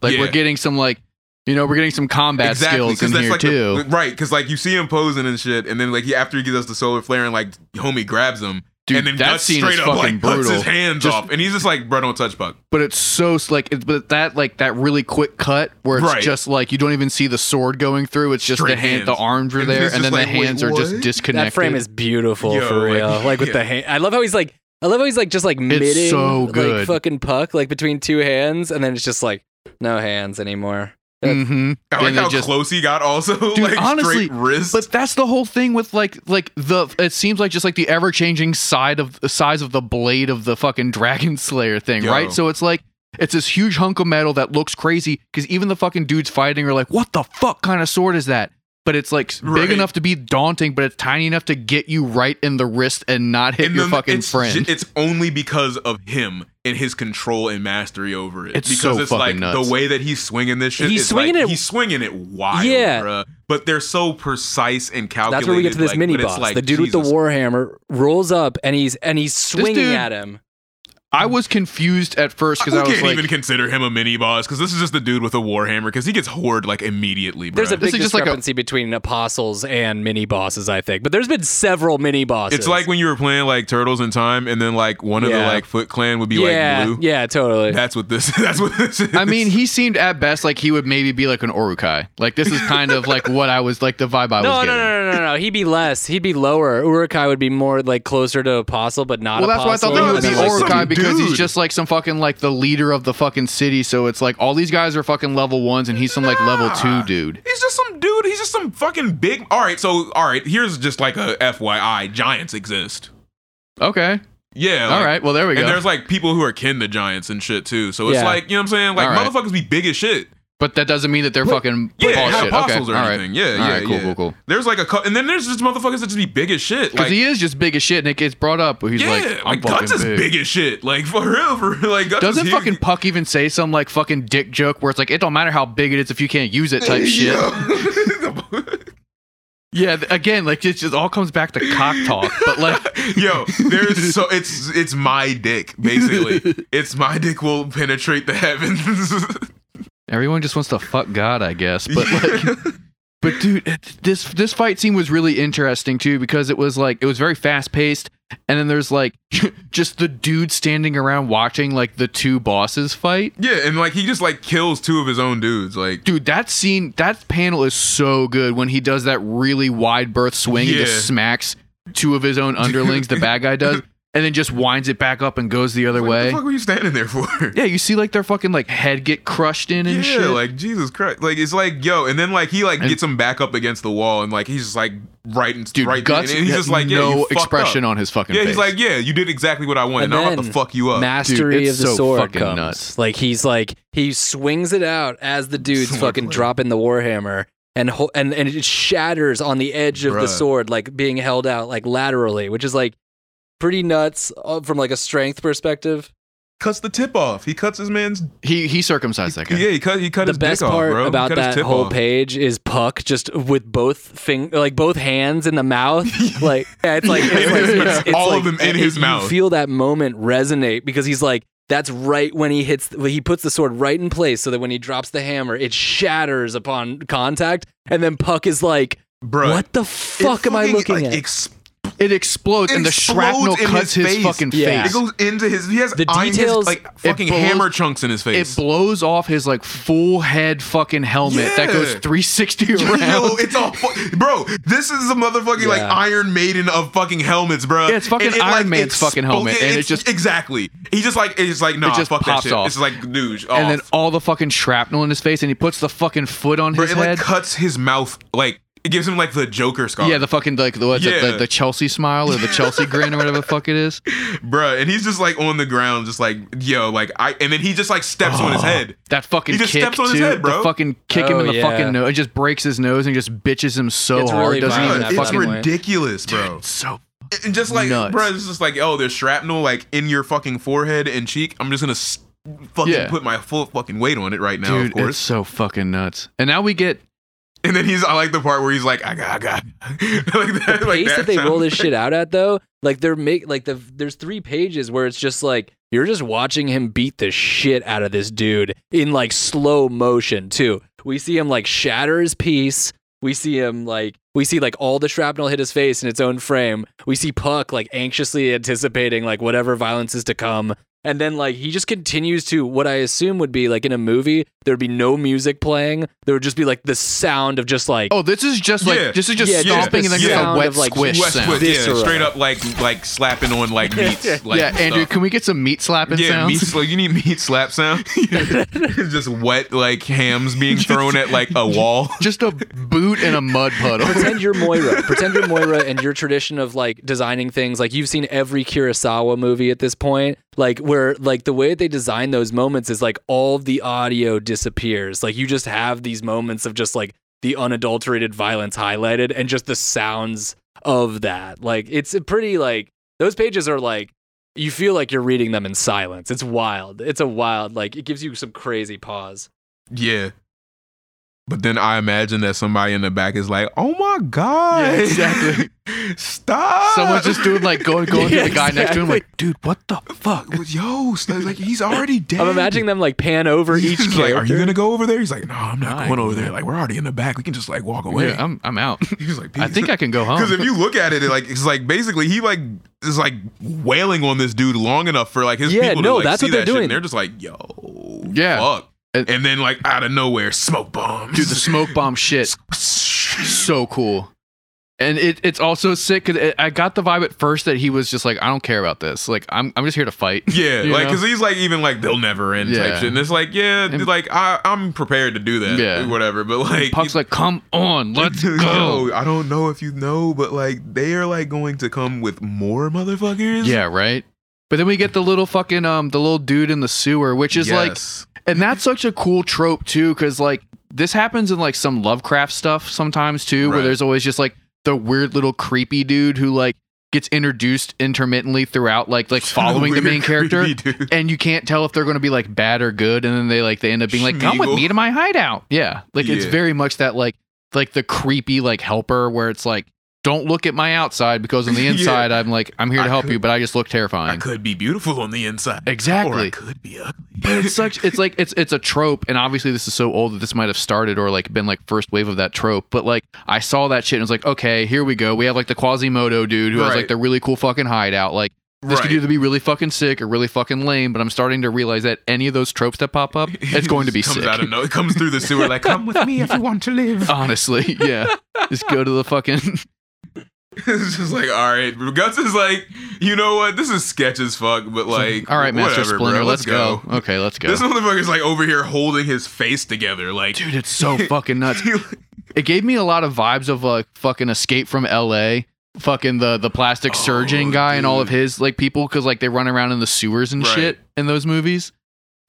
Speaker 1: Like
Speaker 4: Yeah.
Speaker 1: we're getting some like, you know, we're getting some combat skills
Speaker 4: 'cause
Speaker 1: in
Speaker 4: that's
Speaker 1: here
Speaker 4: like the-
Speaker 1: too.
Speaker 4: right, because like you see him posing and shit, and then like he after he gives us the solar flare and like homie grabs him,
Speaker 1: Dude,
Speaker 4: and then
Speaker 1: that
Speaker 4: Guts
Speaker 1: scene
Speaker 4: straight
Speaker 1: is
Speaker 4: up
Speaker 1: fucking
Speaker 4: like cuts
Speaker 1: brutal.
Speaker 4: his hands
Speaker 1: Just-
Speaker 4: off, and he's just like, bro, don't touch Puck.
Speaker 1: but it's so s- like, it, but that like that really quick cut where it's
Speaker 4: Right.
Speaker 1: just like you don't even see the sword going through. It's just
Speaker 4: Straight
Speaker 1: the hand, the
Speaker 4: hands.
Speaker 1: arms are
Speaker 4: And
Speaker 1: there,
Speaker 4: it's
Speaker 1: and then
Speaker 4: just
Speaker 1: the
Speaker 4: like, wait,
Speaker 1: hands are just
Speaker 4: what?
Speaker 1: disconnected.
Speaker 3: That frame is beautiful
Speaker 4: Yo,
Speaker 3: for
Speaker 4: like,
Speaker 3: real. Like, with
Speaker 4: yeah.
Speaker 3: the hand, I love how he's like. I love how he's like just like mitting,
Speaker 1: so good.
Speaker 3: like fucking puck, like between two hands, and then it's just like no hands anymore.
Speaker 1: hmm
Speaker 4: I like how close he got also, like
Speaker 1: honestly,
Speaker 4: straight wrist.
Speaker 1: But that's the whole thing with like like the it seems like just like the ever changing side of the size of the blade of the fucking dragon slayer thing,
Speaker 4: Yo.
Speaker 1: right? So it's like it's this huge hunk of metal that looks crazy because even the fucking dudes fighting are like, what the fuck kind of sword is that? But it's like
Speaker 4: Right.
Speaker 1: big enough to be daunting, but it's tiny enough to get you right in the wrist and not hit your
Speaker 4: then
Speaker 1: fucking
Speaker 4: it's,
Speaker 1: friend.
Speaker 4: ju- It's only because of him and his control and mastery over it.
Speaker 1: It's
Speaker 4: because
Speaker 1: so
Speaker 4: it's
Speaker 1: fucking
Speaker 4: like
Speaker 1: nuts.
Speaker 4: the way that he's swinging this shit.
Speaker 3: He's
Speaker 4: is
Speaker 3: swinging
Speaker 4: like,
Speaker 3: it-
Speaker 4: He's swinging it wild,
Speaker 3: Yeah.
Speaker 4: bruh. But they're so precise and calculated.
Speaker 3: That's where we get to this
Speaker 4: like,
Speaker 3: mini
Speaker 4: but it's
Speaker 3: boss.
Speaker 4: like,
Speaker 3: the dude with
Speaker 4: Jesus.
Speaker 3: the warhammer rolls up, and he's and he's swinging
Speaker 1: dude-
Speaker 3: at him.
Speaker 1: I was confused at first because
Speaker 4: we
Speaker 1: I was
Speaker 4: can't
Speaker 1: like,
Speaker 4: even consider him a mini boss because this is just the dude with a warhammer because he gets hoard like immediately. Bruh.
Speaker 3: There's a
Speaker 1: This
Speaker 3: big
Speaker 1: is just like a-
Speaker 3: discrepancy between apostles and mini bosses, I think. But there's been several mini bosses.
Speaker 4: it's like when you were playing like Turtles in Time, and then like one of the
Speaker 3: Yeah.
Speaker 4: like Foot Clan would be
Speaker 3: yeah,
Speaker 4: like blue.
Speaker 3: yeah, totally.
Speaker 4: That's what this. That's what this is.
Speaker 1: I mean, he seemed at best like he would maybe be like an Orukai. Like this is kind of like what I was like the vibe I
Speaker 3: no,
Speaker 1: was
Speaker 3: no,
Speaker 1: getting.
Speaker 3: no, no, no, no. He'd be less. He'd be lower. Urukai would be more like closer to apostle, but not.
Speaker 1: Well, that's why I thought
Speaker 3: apostle.
Speaker 1: that
Speaker 4: No,
Speaker 1: would be
Speaker 4: it's just some
Speaker 1: Orokai because he's
Speaker 4: dude.
Speaker 1: just like some fucking like the leader of the fucking city. So it's like all these guys are fucking level ones and he's some like level two
Speaker 4: Nah.
Speaker 1: dude.
Speaker 4: He's just some dude. He's just some fucking big. All right, so all right, here's just like a FYI: giants exist.
Speaker 1: Okay.
Speaker 4: Yeah.
Speaker 1: all
Speaker 4: like-
Speaker 1: right. Well, there we
Speaker 4: And
Speaker 1: go.
Speaker 4: there's like people who are kin to giants and shit too. So it's
Speaker 3: Yeah.
Speaker 4: like you know what I'm saying. Like
Speaker 1: All right.
Speaker 4: motherfuckers be big as shit.
Speaker 1: But that doesn't mean that they're fucking
Speaker 4: Yeah,
Speaker 1: boss
Speaker 4: not
Speaker 1: shit.
Speaker 4: apostles
Speaker 1: okay.
Speaker 4: or
Speaker 1: all right.
Speaker 4: anything. Yeah,
Speaker 1: all
Speaker 4: yeah,
Speaker 1: right. Cool.
Speaker 4: yeah.
Speaker 1: Cool. Cool.
Speaker 4: There's like a cou- and then there's just motherfuckers that just be big as shit.
Speaker 1: Because
Speaker 4: Like
Speaker 1: he is just big as shit, and it gets brought up. He's
Speaker 4: yeah,
Speaker 1: like,
Speaker 4: like,
Speaker 1: I'm
Speaker 4: Guts
Speaker 1: fucking
Speaker 4: is
Speaker 1: big.
Speaker 4: big as shit. Like for real, for real. Like Guts is
Speaker 1: Doesn't
Speaker 4: huge.
Speaker 1: fucking Puck even say some like fucking dick joke where it's like, it don't matter how big it is if you can't use it type shit.
Speaker 4: Yo.
Speaker 1: Yeah. th- Again, like it just all comes back to cock talk. But like,
Speaker 4: Yo, there's so it's it's my dick basically. it's my dick will penetrate the heavens.
Speaker 1: everyone just wants to fuck God, I guess. But like. But dude, it- this this fight scene was really interesting too because it was like it was very fast paced, and then there's like just the dude standing around watching like the two bosses fight.
Speaker 4: Yeah, and like he just like kills two of his own dudes. Like
Speaker 1: Dude, that scene, that panel is so good when he does that really wide berth swing and
Speaker 4: Yeah.
Speaker 1: just smacks two of his own underlings, the bad guy does, and then just winds it back up and goes the other
Speaker 4: what the
Speaker 1: way.
Speaker 4: fuck were you standing there for?
Speaker 1: Yeah, you see like their fucking like head get crushed in and
Speaker 4: Yeah,
Speaker 1: shit.
Speaker 4: like Jesus Christ. Like it's like yo, and then like he like
Speaker 1: And-
Speaker 4: gets him back up against the wall, and like he's just like right and
Speaker 1: Dude,
Speaker 4: right,
Speaker 1: guts
Speaker 4: and he's
Speaker 1: has
Speaker 4: just like yeah,
Speaker 1: no
Speaker 4: you fucked
Speaker 1: expression
Speaker 4: up.
Speaker 1: on his fucking
Speaker 4: Yeah,
Speaker 1: face.
Speaker 4: he's like yeah, you did exactly what I wanted.
Speaker 3: And
Speaker 4: Now I'm about to
Speaker 3: then
Speaker 4: fuck you up.
Speaker 3: Mastery
Speaker 1: Dude,
Speaker 3: of
Speaker 1: it's
Speaker 3: the
Speaker 1: so
Speaker 3: sword
Speaker 1: fucking
Speaker 3: comes.
Speaker 1: nuts.
Speaker 3: Like he's like he swings it out as the dude's
Speaker 4: Sword
Speaker 3: fucking
Speaker 4: blade.
Speaker 3: dropping the warhammer and ho- and and it shatters on the edge of
Speaker 4: Bruh.
Speaker 3: the sword, like being held out like laterally, which is like pretty nuts uh, from like a strength perspective.
Speaker 4: cuts the tip off. He cuts his man's.
Speaker 1: he he circumcised that guy.
Speaker 4: Yeah, he cut. He cut
Speaker 3: the
Speaker 4: his
Speaker 3: best
Speaker 4: dick
Speaker 3: part
Speaker 4: off, bro. He
Speaker 3: about
Speaker 4: cut his
Speaker 3: that
Speaker 4: tip
Speaker 3: whole
Speaker 4: off.
Speaker 3: page is Puck just with both fing- like both hands in the mouth, like yeah, it's like, it's like- it's- it's
Speaker 4: All of
Speaker 3: like-
Speaker 4: them in
Speaker 3: and
Speaker 4: his
Speaker 3: you
Speaker 4: mouth.
Speaker 3: Feel that moment resonate because he's like, that's right when he hits, he puts the sword right in place so that when he drops the hammer, it shatters upon contact, and then Puck is like,
Speaker 4: Bro,
Speaker 3: what the fuck am I looking at?
Speaker 1: It explodes, and the
Speaker 4: Explodes
Speaker 1: shrapnel
Speaker 4: in
Speaker 1: cuts
Speaker 4: his
Speaker 1: his,
Speaker 4: face.
Speaker 1: fucking
Speaker 3: Yeah.
Speaker 4: It
Speaker 1: face.
Speaker 4: goes into his. He has
Speaker 3: The
Speaker 4: iron- he has,
Speaker 3: details-
Speaker 4: like fucking
Speaker 1: blows-
Speaker 4: hammer chunks in his face.
Speaker 1: It blows off his like full head fucking helmet that
Speaker 4: Yeah.
Speaker 1: goes 360 around.
Speaker 4: Yo, it's all fu- bro. This is a motherfucking like
Speaker 3: Yeah.
Speaker 4: Iron Maiden of fucking helmets, bro.
Speaker 1: Yeah, it's fucking Iron Man's fucking helmet, and it
Speaker 4: it's-
Speaker 1: just-
Speaker 4: exactly. He just like it's like nah,
Speaker 1: just
Speaker 4: fuck that
Speaker 1: pops
Speaker 4: shit.
Speaker 1: off.
Speaker 4: It's like dude, oh, off.
Speaker 1: and then all the fucking shrapnel in his face, and he puts the fucking foot on
Speaker 4: bro,
Speaker 1: his
Speaker 4: it like
Speaker 1: head.
Speaker 4: cuts his mouth. Like it gives him like the Joker scar.
Speaker 1: yeah, the fucking like the, what's it,
Speaker 4: Yeah.
Speaker 1: the the Chelsea smile or the Chelsea grin or whatever the fuck it is.
Speaker 4: bro. And he's just like on the ground, just like yo, like I. And then he just like steps
Speaker 1: Oh.
Speaker 4: on his head.
Speaker 1: That fucking
Speaker 4: He just
Speaker 1: kick
Speaker 4: steps on
Speaker 1: too.
Speaker 4: his head, bro.
Speaker 1: The fucking kick him
Speaker 3: Oh,
Speaker 1: in the
Speaker 3: yeah.
Speaker 1: fucking nose. It just breaks his nose and just bitches him so
Speaker 3: It's
Speaker 1: hard.
Speaker 3: really
Speaker 1: doesn't
Speaker 3: violent,
Speaker 1: even
Speaker 4: Bro,
Speaker 3: that
Speaker 4: it's
Speaker 1: fucking.
Speaker 3: fucking way.
Speaker 4: ridiculous, bro.
Speaker 1: So
Speaker 4: And just like,
Speaker 1: Nuts.
Speaker 4: bro, it's just like, oh, there's shrapnel like in your fucking forehead and cheek. I'm just gonna s- fucking
Speaker 1: Yeah.
Speaker 4: put my full fucking weight on it right now,
Speaker 1: dude,
Speaker 4: of
Speaker 1: it's
Speaker 4: course.
Speaker 1: so fucking nuts. And now we get
Speaker 4: And then he's, I like the part where he's like, I got, I got, like that,
Speaker 3: the
Speaker 4: like
Speaker 3: pace that they
Speaker 4: sound
Speaker 3: roll this
Speaker 4: effect.
Speaker 3: shit out at though, like they're make like the there's three pages where it's just like you're just watching him beat the shit out of this dude in like slow motion too. We see him like shatter his piece. We see him like we see like all the shrapnel hit his face in its own frame. We see Puck like anxiously anticipating like whatever violence is to come. And then like he just continues to what I assume would be like in a movie, there'd be no music playing. There would just be like the sound of just like
Speaker 1: oh, this is just like
Speaker 4: Yeah.
Speaker 1: this is just
Speaker 3: Yeah,
Speaker 4: just
Speaker 1: stomping
Speaker 4: the
Speaker 1: and then just a
Speaker 3: sound
Speaker 1: wet
Speaker 3: of, like,
Speaker 1: squish
Speaker 4: West
Speaker 1: sound.
Speaker 4: Coast, yeah,
Speaker 3: Visceral.
Speaker 4: straight up like like slapping on like meats. Like,
Speaker 1: yeah, Andrew,
Speaker 4: stuff.
Speaker 1: can we get some meat slapping
Speaker 4: yeah,
Speaker 1: sounds?
Speaker 4: meat, like you need meat slap sound. it's just wet like hams being thrown at like a wall.
Speaker 1: just a boot and a mud puddle.
Speaker 3: pretend you're Moira. Pretend you're Moira and your tradition of like designing things. Like you've seen every Kurosawa movie at this point. Like where like the way they design those moments is like all of the audio disappears. Like you just have these moments of just like the unadulterated violence highlighted and just the sounds of that. Like it's a pretty like those pages are like you feel like you're reading them in silence. It's wild. It's a wild like it gives you some crazy pause.
Speaker 4: Yeah. But then I imagine that somebody in the back is like, "Oh my god,
Speaker 1: Yeah, exactly.
Speaker 4: stop!"
Speaker 1: Someone's just doing like going going
Speaker 3: Yeah,
Speaker 1: to the guy next to him, like, dude, what the fuck?
Speaker 4: yo, st- like he's already dead.
Speaker 3: I'm imagining them like pan over each
Speaker 4: He's
Speaker 3: character.
Speaker 4: like, "Are you gonna go over there?" He's like, "No, I'm not
Speaker 1: Nah,
Speaker 4: going over
Speaker 1: yeah.
Speaker 4: there. Like we're already in the back. We can just like walk away."
Speaker 1: Yeah, I'm I'm out.
Speaker 4: he's like,
Speaker 1: I think I can go home.
Speaker 4: because if you look at it, it, like it's like basically he like is like wailing on this dude long enough for like his
Speaker 3: Yeah,
Speaker 4: people
Speaker 3: no,
Speaker 4: to like
Speaker 3: that's
Speaker 4: see
Speaker 3: what they're
Speaker 4: that shit,
Speaker 3: doing.
Speaker 4: and they're just like, "Yo,
Speaker 1: Yeah.
Speaker 4: fuck."
Speaker 1: And-
Speaker 4: And then like out of nowhere, smoke bombs.
Speaker 1: Dude, the smoke bomb shit, so cool. And it, it's also sick because I got the vibe at first that he was just like, I don't care about this. Like, I'm, I'm just here to fight.
Speaker 4: Yeah,
Speaker 1: You
Speaker 4: like
Speaker 1: know?
Speaker 4: because he's like even like they'll never end type
Speaker 1: Yeah.
Speaker 4: shit, and it's like yeah,
Speaker 1: And-
Speaker 4: like I I'm prepared to do that,
Speaker 1: Yeah.
Speaker 4: whatever. But like,
Speaker 1: Puck's like, come on, let's
Speaker 4: Yo,
Speaker 1: go.
Speaker 4: I don't know if you know, but like they are like going to come with more motherfuckers.
Speaker 1: Yeah, right. But then we get the little fucking um the little dude in the sewer, which is like
Speaker 4: Yes.
Speaker 1: and that's such a cool trope too because like this happens in like some lovecraft stuff sometimes too where
Speaker 4: Right.
Speaker 1: there's always just like the weird little creepy dude who like gets introduced intermittently throughout like like following the
Speaker 4: Weird
Speaker 1: main character
Speaker 4: creepy dude.
Speaker 1: and you can't tell if they're going to be like bad or good and then they like they end up being like come with
Speaker 4: Schmeagle.
Speaker 1: me to my hideout yeah like it's
Speaker 4: Yeah.
Speaker 1: very much that like like the creepy like helper where it's like don't look at my outside because on the
Speaker 4: Yeah.
Speaker 1: inside I'm like I'm here to
Speaker 4: I
Speaker 1: help
Speaker 4: could-
Speaker 1: you, but I just look terrifying.
Speaker 4: I could be beautiful on the inside. Or
Speaker 1: Exactly.
Speaker 4: I could be ugly.
Speaker 1: But it's such it's like it's it's a trope, and obviously this is so old that this might have started or like been like first wave of that trope. But like I saw that shit and was like, okay, here we go. We have like the Quasimodo dude who has like
Speaker 4: Right.
Speaker 1: the really cool fucking hideout. Like this could
Speaker 4: Right.
Speaker 1: either be really fucking sick or really fucking lame. But I'm starting to realize that any of those tropes that pop up, it's going to be
Speaker 4: It comes
Speaker 1: sick.
Speaker 4: out of no, it comes through the sewer like come with me if you want to live.
Speaker 1: Honestly, yeah. Just go to the fucking
Speaker 4: it's just like all right, Guts is like, you know what? This is sketch as fuck, but like,
Speaker 1: All right, Master
Speaker 4: whatever, bro,
Speaker 1: Splinter, let's, go. Okay, let's go.
Speaker 4: This motherfucker's like over here holding his face together, like
Speaker 1: Dude, it's so fucking nuts. It gave me a lot of vibes of like fucking Escape from L.A. Fucking the the plastic
Speaker 4: Oh,
Speaker 1: surgeon guy and all of
Speaker 4: dude.
Speaker 1: his like people because like they run around in the sewers and
Speaker 4: Right.
Speaker 1: shit in those movies.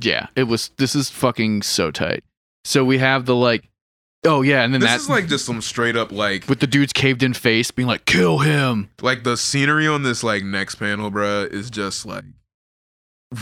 Speaker 1: Yeah, it was. This is fucking so tight. So we have the like, oh yeah, and then
Speaker 4: this
Speaker 1: that
Speaker 4: is like just some straight up like
Speaker 1: with the dude's caved in face being like, kill him.
Speaker 4: like the scenery on this like next panel, bruh, is just like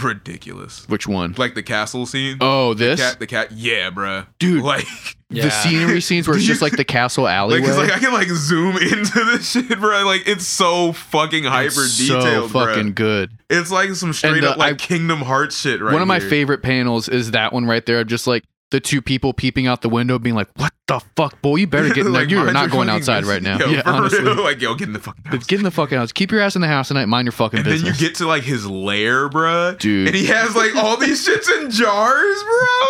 Speaker 4: ridiculous.
Speaker 1: Which one?
Speaker 4: Like the castle scene.
Speaker 1: Oh, this
Speaker 4: Cat, the cat, yeah, bruh.
Speaker 1: dude.
Speaker 4: Like,
Speaker 1: The scenery scenes where it's just like the castle
Speaker 4: like,
Speaker 1: alleyway.
Speaker 4: it's like I can like zoom into this shit, bruh. Like, it's so fucking hyper
Speaker 1: It's
Speaker 4: detailed,
Speaker 1: so fucking
Speaker 4: bruh.
Speaker 1: good.
Speaker 4: It's like some straight
Speaker 1: the-
Speaker 4: up like
Speaker 1: I-
Speaker 4: Kingdom Hearts shit, right?
Speaker 1: one of my
Speaker 4: here.
Speaker 1: favorite panels is that one right there. Just like the two people peeping out the window, being like, "What the fuck, boy? You better get in there.
Speaker 4: Like,
Speaker 1: You're
Speaker 4: mind
Speaker 1: not
Speaker 4: your
Speaker 1: going
Speaker 4: fucking
Speaker 1: outside
Speaker 4: business.
Speaker 1: right now."
Speaker 4: Yo,
Speaker 1: yeah,
Speaker 4: for
Speaker 1: honestly,
Speaker 4: real, like yo, get in the fucking house.
Speaker 1: get in the fucking house. Keep your ass in the house tonight. Mind your fucking
Speaker 4: And then
Speaker 1: business,
Speaker 4: you get to like his lair, bruh.
Speaker 1: Dude.
Speaker 4: And he has like all these shits in jars,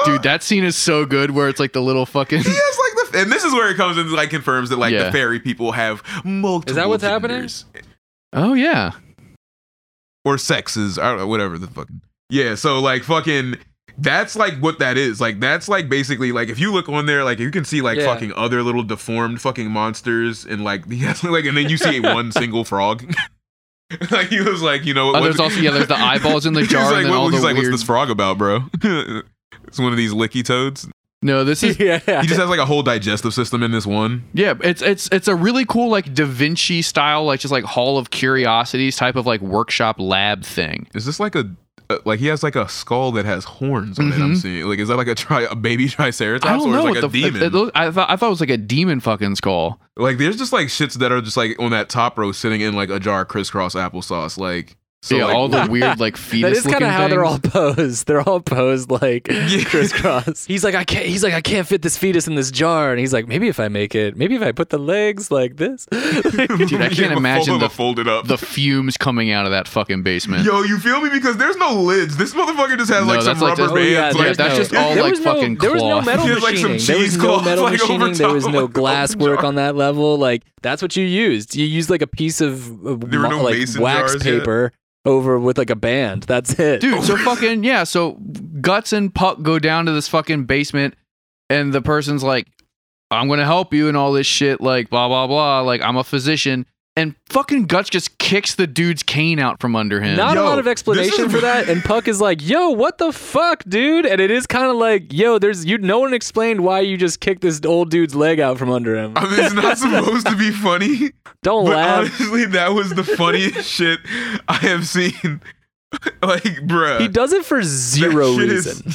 Speaker 4: bro.
Speaker 1: dude. That scene is so good. Where it's like the little fucking.
Speaker 4: He has like the, and this is where it comes in, like confirms that like
Speaker 1: Yeah.
Speaker 4: the fairy people have multiple.
Speaker 3: Is that what's
Speaker 4: genders.
Speaker 1: Oh yeah,
Speaker 4: Or sexes, I don't know, whatever the fucking. Yeah, so like fucking, that's like what that is. Like that's like basically like if you look on there, like you can see like
Speaker 3: Yeah.
Speaker 4: fucking other little deformed fucking monsters and like he has like and then you see one single frog. like he was like, you know,
Speaker 1: Oh, there's also- yeah, there's the eyeballs in the
Speaker 4: He's
Speaker 1: jar and
Speaker 4: like,
Speaker 1: then
Speaker 4: what-
Speaker 1: all
Speaker 4: he's
Speaker 1: the
Speaker 4: like,
Speaker 1: weird-
Speaker 4: what's this frog about, bro? it's one of these licky toads.
Speaker 1: no, this is
Speaker 3: yeah.
Speaker 4: He just has like a whole digestive system in this one.
Speaker 1: yeah. It's it's it's a really cool like Da Vinci style, like just like Hall of Curiosities type of like workshop lab thing.
Speaker 4: Is this like a uh, like he has like a skull that has horns on it? I'm
Speaker 1: Mhm.
Speaker 4: seeing like is that like a tri a baby triceratops
Speaker 1: I don't
Speaker 4: or
Speaker 1: know
Speaker 4: is it
Speaker 1: what
Speaker 4: like a
Speaker 1: the
Speaker 4: demon?
Speaker 1: It, it, I thought I thought it was like a demon fucking skull.
Speaker 4: like there's just like shits that are just like on that top row sitting in like a jar of crisscross applesauce. Like so
Speaker 1: yeah,
Speaker 4: like,
Speaker 1: all the weird like
Speaker 3: That
Speaker 1: fetus.
Speaker 3: is kind
Speaker 1: looking
Speaker 3: of how they're
Speaker 1: things.
Speaker 3: all posed. They're all posed like
Speaker 4: Yeah.
Speaker 3: crisscross. He's like, I can't. He's like, I can't fit this fetus in this jar, and he's like, maybe if I make it, maybe if I put the legs like this.
Speaker 1: Dude, I
Speaker 4: Yeah,
Speaker 1: can't
Speaker 4: fold
Speaker 1: imagine
Speaker 4: them
Speaker 1: the-
Speaker 4: up, folded up.
Speaker 1: the fumes coming out of that fucking basement.
Speaker 4: Yo, you feel me? Because there's no lids. This motherfucker just has
Speaker 1: No,
Speaker 4: like some
Speaker 1: that's like
Speaker 4: rubber
Speaker 1: the-
Speaker 3: Oh, yeah,
Speaker 4: bands.
Speaker 1: yeah,
Speaker 4: like,
Speaker 1: that's
Speaker 3: no-
Speaker 1: just all,
Speaker 3: there
Speaker 1: like,
Speaker 3: was no-
Speaker 1: fucking
Speaker 3: There was no
Speaker 1: cloth.
Speaker 3: metal
Speaker 4: He has, like, some
Speaker 3: machining. There was no
Speaker 4: cheesecloth,
Speaker 3: metal
Speaker 4: like, over
Speaker 3: machining. There was
Speaker 4: top
Speaker 3: no
Speaker 4: of the
Speaker 3: glass
Speaker 4: open
Speaker 3: work
Speaker 4: jar.
Speaker 3: on that level. Like that's what you used. You used like a piece of uh,
Speaker 4: There were
Speaker 3: mo-
Speaker 4: no
Speaker 3: like
Speaker 4: mason
Speaker 3: wax
Speaker 4: jars yet?
Speaker 3: paper over with like a band. That's it.
Speaker 1: Dude, so fucking yeah, so Guts and Puck go down to this fucking basement and the person's like, I'm gonna help you and all this shit, like blah blah blah, like I'm a physician. And fucking Guts just kicks the dude's cane out from under him.
Speaker 3: Not
Speaker 4: Yo,
Speaker 3: a lot of
Speaker 4: this
Speaker 3: explanation
Speaker 4: is-
Speaker 3: for that, and Puck is like, "Yo, what the fuck, dude?" And it is kind of like, "Yo, there's you. No one explained why you just kicked this old dude's leg out from under him.
Speaker 4: I mean, it's not supposed to be funny.
Speaker 3: Don't
Speaker 4: But
Speaker 3: laugh."
Speaker 4: honestly, that was the funniest shit I have seen. like, bruh.
Speaker 3: he does it for zero reason.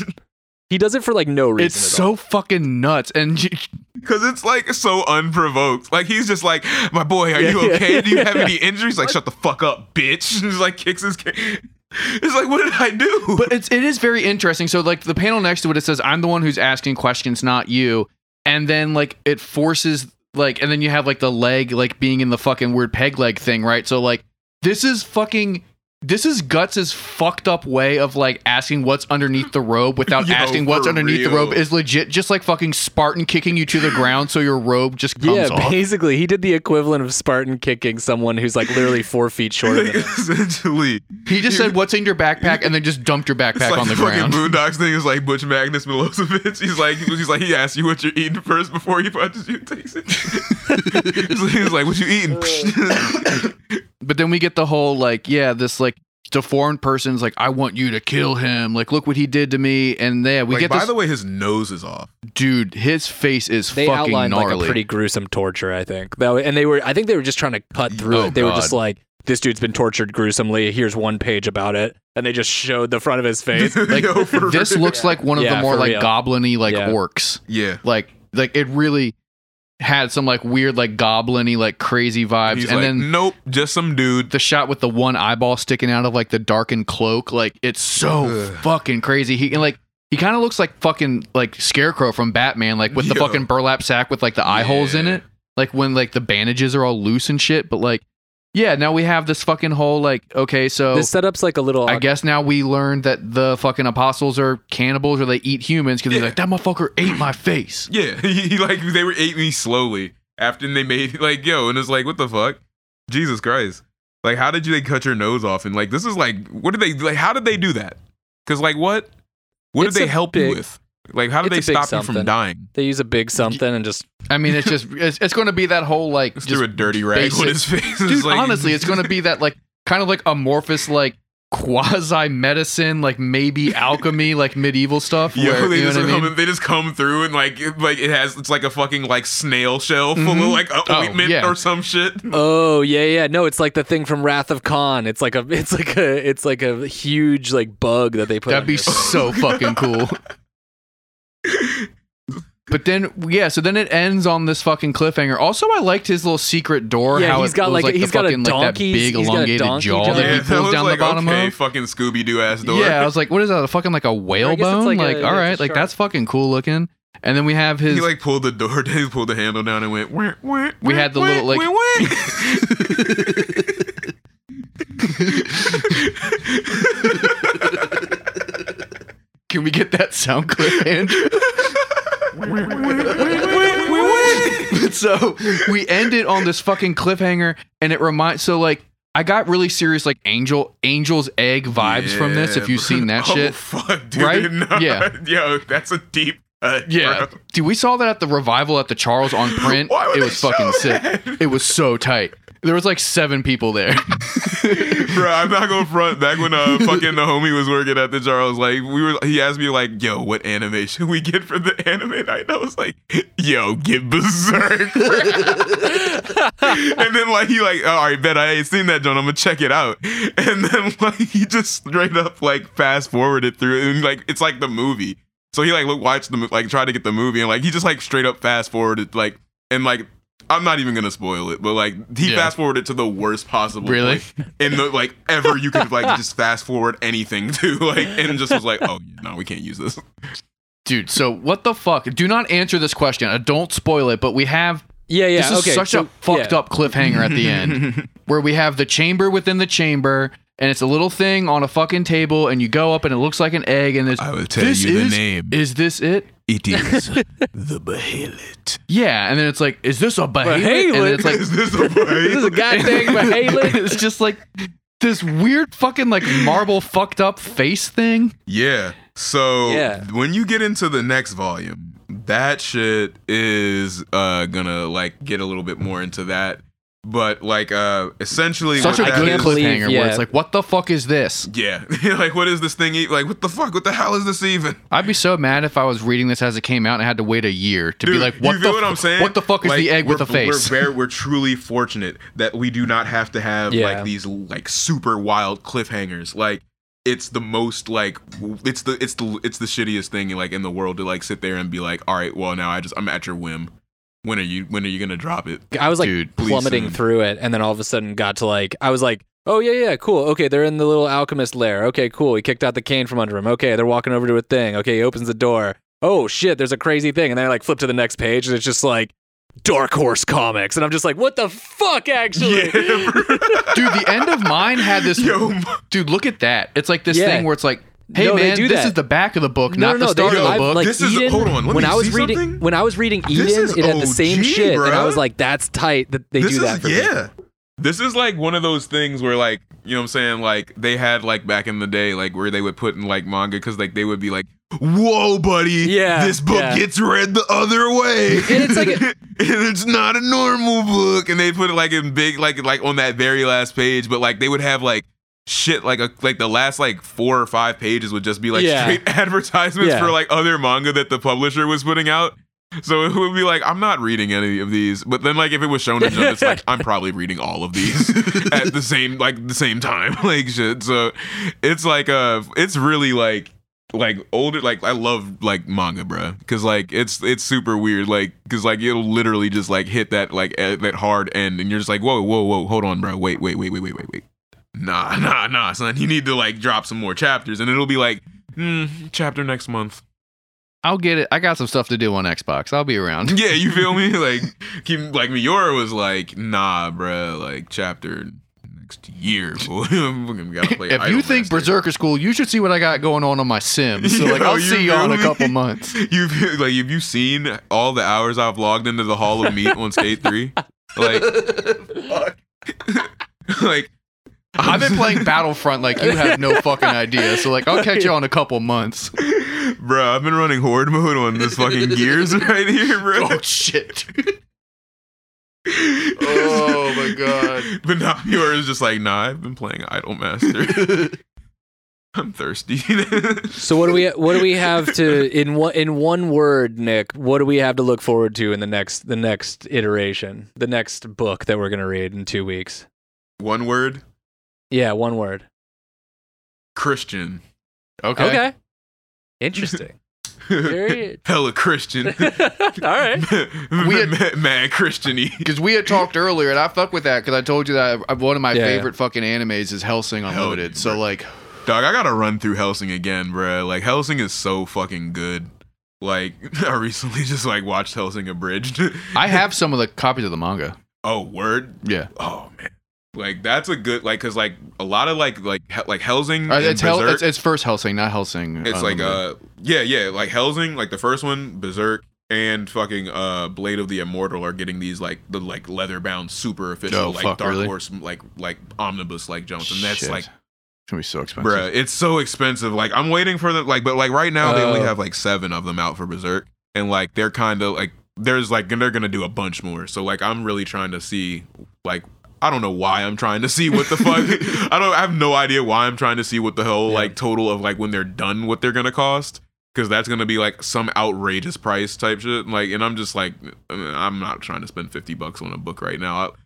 Speaker 3: He does it for like no reason.
Speaker 1: it's
Speaker 3: at
Speaker 1: so fucking nuts. And j-
Speaker 4: Because it's like so unprovoked. Like, he's just like, my boy, are
Speaker 3: Yeah,
Speaker 4: you
Speaker 3: yeah,
Speaker 4: okay? Do you
Speaker 3: yeah,
Speaker 4: have
Speaker 3: yeah.
Speaker 4: any injuries? Like, shut the fuck up, bitch. And just like kicks his ca- It's like, what did I do?
Speaker 1: but it's it is very interesting. So like the panel next to it, it says, "I'm the one who's asking questions, not you." And then like it forces like, and then you have like the leg like being in the fucking weird peg leg thing, right? So like this is fucking. This is Guts' fucked up way of like asking what's underneath the robe without
Speaker 4: Yo,
Speaker 1: asking what's
Speaker 4: for
Speaker 1: underneath the
Speaker 4: real.
Speaker 1: robe is legit just like fucking Spartan kicking you to the ground so your robe just
Speaker 3: all.
Speaker 1: comes
Speaker 3: yeah,
Speaker 1: off.
Speaker 3: basically, he did the equivalent of Spartan kicking someone who's like literally four feet shorter.
Speaker 4: Like,
Speaker 3: Than him.
Speaker 4: essentially,
Speaker 1: He just said what's in your backpack and then just dumped your
Speaker 4: it's
Speaker 1: backpack
Speaker 4: like
Speaker 1: on the
Speaker 4: fucking
Speaker 1: ground.
Speaker 4: Boondocks thing is like Butch Magnus Milosevic. He's like, he's like, he asks you what you're eating first before he punches you. and Takes it. he's like, what you eating?
Speaker 1: But then we get the whole like, yeah, this like deformed person's like, I want you to kill him. Like, look what he did to me. And yeah, we
Speaker 4: Like,
Speaker 1: get
Speaker 4: by
Speaker 1: this
Speaker 4: the way, his nose is off.
Speaker 1: dude. His face is
Speaker 3: They
Speaker 1: fucking
Speaker 3: outlined
Speaker 1: gnarly.
Speaker 3: like a pretty gruesome torture, I think. That, and they were, I think they were just trying to cut through
Speaker 1: Oh,
Speaker 3: it. They were just
Speaker 1: God.
Speaker 3: like, "This dude's been tortured gruesomely. Here's one page about it," and they just showed the front of his face.
Speaker 1: Like,
Speaker 4: Yo, for
Speaker 1: this
Speaker 4: real.
Speaker 1: looks like one of
Speaker 3: Yeah,
Speaker 1: the more
Speaker 3: for
Speaker 1: like
Speaker 3: real.
Speaker 1: goblin gobliny like
Speaker 3: Yeah.
Speaker 1: orcs.
Speaker 4: yeah.
Speaker 1: Like, like it really. had some like weird like goblin-y like crazy vibes
Speaker 4: He's
Speaker 1: and
Speaker 4: like,
Speaker 1: then
Speaker 4: nope, just some dude.
Speaker 1: the shot with the one eyeball sticking out of like the darkened cloak like it's so
Speaker 4: Ugh.
Speaker 1: fucking crazy he and like he kind of looks like fucking like scarecrow from batman like with the
Speaker 4: Yeah.
Speaker 1: fucking burlap sack with like the eye holes in
Speaker 4: Yeah.
Speaker 1: it like when like the bandages are all loose and shit but like yeah now we have this fucking whole like okay so
Speaker 3: This setup's like a little.
Speaker 1: Oh. I guess now we learned that the fucking apostles are cannibals or they eat humans because he's
Speaker 4: Yeah.
Speaker 1: like, that motherfucker ate my face.
Speaker 4: Yeah, he, he, like they were ate me slowly after they made like yo, and it's like what the fuck, Jesus Christ, like how did you they cut your nose off and like this is like what did they like how did they do that? Because like what, what
Speaker 3: It's
Speaker 4: did they
Speaker 3: a
Speaker 4: help you
Speaker 3: big-
Speaker 4: with? Like how did they
Speaker 3: it's a big
Speaker 4: stop you
Speaker 3: something.
Speaker 4: from dying?
Speaker 3: They use a big something and just
Speaker 1: I mean, it's just, it's, it's going to be that whole like,
Speaker 4: Just
Speaker 1: just-
Speaker 4: threw a dirty rag
Speaker 1: basic-
Speaker 4: on his face.
Speaker 1: dude, honestly, it's going to be that like kind of like amorphous, like quasi medicine, like maybe alchemy, like medieval stuff.
Speaker 4: Yo,
Speaker 1: where,
Speaker 4: they,
Speaker 1: you know
Speaker 4: just
Speaker 1: what I
Speaker 4: come
Speaker 1: mean?
Speaker 4: in- they just come through and like it, like it has it's like a fucking like snail shell full of
Speaker 1: Mhm.
Speaker 4: like a
Speaker 1: Oh,
Speaker 4: ointment
Speaker 1: yeah.
Speaker 4: or some shit.
Speaker 3: Oh yeah, yeah. No, it's like the thing from Wrath of Khan. It's like a, it's like a, it's like a huge like bug that they put.
Speaker 1: That'd
Speaker 3: on
Speaker 1: be
Speaker 3: your-
Speaker 1: so fucking cool. But then, yeah. So then it ends on this fucking cliffhanger. Also, I liked his little secret door.
Speaker 3: Yeah,
Speaker 1: how
Speaker 3: he's
Speaker 1: it
Speaker 3: got
Speaker 1: was,
Speaker 3: like-
Speaker 1: like the
Speaker 3: he's got a
Speaker 1: fucking, like, that
Speaker 3: donkey's-
Speaker 1: big
Speaker 3: he's got a
Speaker 1: elongated
Speaker 3: donkey
Speaker 1: jaw
Speaker 3: jaw.
Speaker 1: that he
Speaker 3: Yeah,
Speaker 1: pulls
Speaker 4: that was
Speaker 1: down
Speaker 4: like
Speaker 1: the bottom
Speaker 4: okay,
Speaker 1: of.
Speaker 4: fucking Scooby Doo ass door.
Speaker 1: Yeah, I was like, what is that? A fucking like a whale
Speaker 3: guess it's
Speaker 1: bone?
Speaker 3: like
Speaker 1: Like,
Speaker 3: a- yeah,
Speaker 1: all
Speaker 3: it's a
Speaker 1: right, like
Speaker 3: shark.
Speaker 1: that's fucking cool looking. And then we have his.
Speaker 4: he like pulled the door, he pulled the handle down and went. Wah, wah,
Speaker 1: We had the
Speaker 4: wah,
Speaker 1: little, like-
Speaker 4: wah, wah."
Speaker 1: can we get that sound clip? And so we end it on this fucking cliffhanger, and it reminds. So like, I got really serious like angel angel's egg vibes from this. If you've
Speaker 4: Yeah,
Speaker 1: seen that
Speaker 4: bro.
Speaker 1: shit.
Speaker 4: oh, fuck, dude,
Speaker 1: Right?
Speaker 4: nah.
Speaker 1: Yeah.
Speaker 4: yo, that's a deep. cut,
Speaker 1: Yeah,
Speaker 4: bro.
Speaker 1: dude, we saw that at the revival at the Charles on print.
Speaker 4: Why would
Speaker 1: It
Speaker 4: they
Speaker 1: was fucking
Speaker 4: show
Speaker 1: sick.
Speaker 4: that?
Speaker 1: It was so tight. There was like seven people there.
Speaker 4: Bro, I'm not gonna front. Back when uh fucking the homie was working at the jar, I was like, we were. He asked me like, "Yo, what anime should we get for the anime night?" And I was like, "Yo, get Berserk." and then like he like, all right, bet I ain't seen that, John. I'm gonna check it out. And then like he just straight up like fast forwarded through it, and like it's like the movie. So he like look watched the mo- like tried to get the movie, and like he just like straight up fast forwarded like and like. I'm not even gonna spoil it, but like he
Speaker 1: Yeah.
Speaker 4: fast forwarded to the worst possible
Speaker 1: Really?
Speaker 4: point in the like ever you could like just fast forward anything to like and just was like, oh no, we can't use this.
Speaker 1: Dude, so what the fuck? Do not answer this question. Uh, Don't spoil it, but we have
Speaker 3: yeah, yeah.
Speaker 1: this is
Speaker 3: okay,
Speaker 1: such
Speaker 3: so-
Speaker 1: a fucked
Speaker 3: yeah.
Speaker 1: up cliffhanger at the end where we have the chamber within the chamber and it's a little thing on a fucking table and you go up and it looks like an egg and it's
Speaker 4: I will tell
Speaker 1: this
Speaker 4: you the
Speaker 1: is-
Speaker 4: name.
Speaker 1: Is this it?
Speaker 4: It is the Behelit.
Speaker 1: Yeah, and then it's like, is this a behelit? And then it's like
Speaker 4: is this a
Speaker 3: This is a goddamn Mahalan.
Speaker 1: it's just like this weird fucking like marble fucked up face thing.
Speaker 4: Yeah. So
Speaker 3: Yeah.
Speaker 4: when you get into the next volume, that shit is uh gonna like get a little bit more into that. But like uh essentially
Speaker 1: Such a
Speaker 4: what that
Speaker 1: good
Speaker 3: can't
Speaker 4: is-
Speaker 3: believe-
Speaker 1: cliffhanger where
Speaker 3: yeah.
Speaker 1: it's like, what the fuck is this?
Speaker 4: yeah, like what is this thing? e- Like what the fuck? What the hell is this even?
Speaker 1: I'd be so mad if I was reading this as it came out and had to wait a year to be
Speaker 4: Dude,
Speaker 1: like, what
Speaker 4: you
Speaker 1: the
Speaker 4: feel what I'm saying?
Speaker 1: What the fuck is
Speaker 4: Like,
Speaker 1: the egg with
Speaker 4: we're-
Speaker 1: a face?
Speaker 4: We're very, we're truly fortunate that we do not have to have
Speaker 3: Yeah.
Speaker 4: like these like super wild cliffhangers. Like it's the most like w- it's the it's the it's the shittiest thing like in the world to like sit there and be like, all right, well now I just I'm at your whim. When are you when are you gonna drop it?
Speaker 3: I was like
Speaker 1: Dude,
Speaker 4: please
Speaker 3: plummeting
Speaker 4: send.
Speaker 3: through it, and then all of a sudden got to like I was like, oh yeah, yeah, cool. Okay, they're in the little alchemist lair. Okay, cool. He kicked out the cane from under him. Okay, they're walking over to a thing. Okay, he opens the door. Oh shit, there's a crazy thing, and then I like flip to the next page, and it's just like Dark Horse Comics, and I'm just like, what the fuck, actually.
Speaker 4: bro.
Speaker 1: dude, the end of mine had this.
Speaker 4: yo, m-
Speaker 1: dude, look at that. It's like this
Speaker 3: Yeah.
Speaker 1: thing where it's like, hey
Speaker 3: No, they
Speaker 1: man,
Speaker 3: do
Speaker 1: this
Speaker 3: that.
Speaker 1: is the back of the book, not
Speaker 3: No, no, no,
Speaker 1: the start
Speaker 3: they
Speaker 1: of
Speaker 4: do
Speaker 1: the
Speaker 4: that.
Speaker 1: book.
Speaker 3: Like
Speaker 4: This is-
Speaker 3: Eden,
Speaker 4: hold on, let
Speaker 3: when
Speaker 4: me
Speaker 3: I was
Speaker 4: see
Speaker 3: reading
Speaker 4: something.
Speaker 3: when I was reading Eden,
Speaker 4: is
Speaker 3: it had the same
Speaker 4: OG,
Speaker 3: shit, and I
Speaker 4: bruh.
Speaker 3: was like, "That's tight that they
Speaker 4: this
Speaker 3: do that."
Speaker 4: is
Speaker 3: for me."
Speaker 4: yeah. This is like one of those things where like you know what I'm saying like they had like back in the day like where they would put in like manga because like they would be like whoa buddy
Speaker 3: Yeah,
Speaker 4: this book
Speaker 3: yeah.
Speaker 4: gets read the other way
Speaker 3: And it's like a-
Speaker 4: and it's not a normal book and they put it like in big like like on that very last page but like they would have like shit like a, like the last like four or five pages would just be like
Speaker 3: Yeah.
Speaker 4: straight advertisements
Speaker 3: Yeah.
Speaker 4: for like other manga that the publisher was putting out so it would be like, I'm not reading any of these. But then like if it was shown to Jump, it's like I'm probably reading all of these at the same like the same time. Like shit. So it's like uh it's really like like older like I love like manga, bruh. Cause like it's it's super weird. Like cause like it'll literally just like hit that like e- that hard end, and you're just like, whoa, whoa, whoa, hold on, bro. Wait, wait, wait, wait, wait, wait, wait. Nah, nah, nah, son. You need to like drop some more chapters, and it'll be like, hmm, chapter next month.
Speaker 1: I'll get it. I got some stuff to do on Xbox. I'll be around.
Speaker 4: Yeah, you feel me? Like keep like Miura was like, nah, bruh. Like chapter next year. Boy. Fucking gotta play
Speaker 1: if you think
Speaker 4: Idolmaster.
Speaker 1: Berserk is cool, you should see what I got going on on my Sim. So like,
Speaker 4: Yo,
Speaker 1: I'll
Speaker 4: Oh, you
Speaker 1: see y'all in a
Speaker 4: really-
Speaker 1: couple months.
Speaker 4: You've like have you seen all the hours I've logged into the Hall of Meat on Skate Three? Like, like
Speaker 1: I've been playing Battlefront like you have no fucking idea. So like, I'll catch y'all in a couple months.
Speaker 4: bro. I've been running horde mode on this fucking gears right here, bro.
Speaker 1: Oh shit. oh, my God.
Speaker 4: But now Miura is just like, nah. I've been playing Idolmaster. I'm thirsty.
Speaker 3: So what do we what do we have to in one in one word, Nick? What do we have to look forward to in the next the next iteration, the next book that we're gonna read in two weeks?
Speaker 4: One word,
Speaker 3: Yeah, one word.
Speaker 4: Christian.
Speaker 1: okay.
Speaker 3: Okay. Interesting. Very-
Speaker 4: Hella Christian.
Speaker 3: All right.
Speaker 1: We
Speaker 4: we
Speaker 1: had-
Speaker 4: had- mad Christiany.
Speaker 1: Because we had talked earlier, and I fuck with that because I told you that I- one of my
Speaker 3: Yeah, yeah.
Speaker 1: favorite fucking animes is Hellsing Unlimited. so like,
Speaker 4: Dog, I gotta run through Helsing again, bruh. Like Helsing is so fucking good. Like I recently just like watched Helsing abridged.
Speaker 1: I have some of the copies of the manga.
Speaker 4: oh word.
Speaker 1: Yeah,
Speaker 4: Oh man. Like that's a good like because like a lot of like like he- like Helsing.
Speaker 1: All right,
Speaker 4: and
Speaker 1: Uh, it's, Hel-
Speaker 4: Berserk,
Speaker 1: it's it's first Helsing, not Helsing. um,
Speaker 4: it's like
Speaker 1: Unlimited.
Speaker 4: uh yeah yeah like Helsing like the first one Berserk and fucking uh Blade of the Immortal are getting these like the like leather bound super official
Speaker 1: Oh,
Speaker 4: like
Speaker 1: fuck,
Speaker 4: Dark
Speaker 1: really?
Speaker 4: Horse like like omnibus like jumps and that's
Speaker 1: Shit.
Speaker 4: like
Speaker 1: it's gonna be so expensive.
Speaker 4: Bruh, it's so expensive. Like I'm waiting for them. Like, but like right now they only
Speaker 3: Oh.
Speaker 4: have like seven of them out for Berserk, and like they're kind of like there's like they're gonna do a bunch more. So like I'm really trying to see like I don't know why I'm trying to see what the fuck I don't I have no idea why I'm trying to see what the whole
Speaker 3: Yeah.
Speaker 4: like total of like when they're done what they're gonna cost because that's gonna be like some outrageous price type shit. Like, and I'm just like I mean, I'm not trying to spend fifty bucks on a book right now. I'll,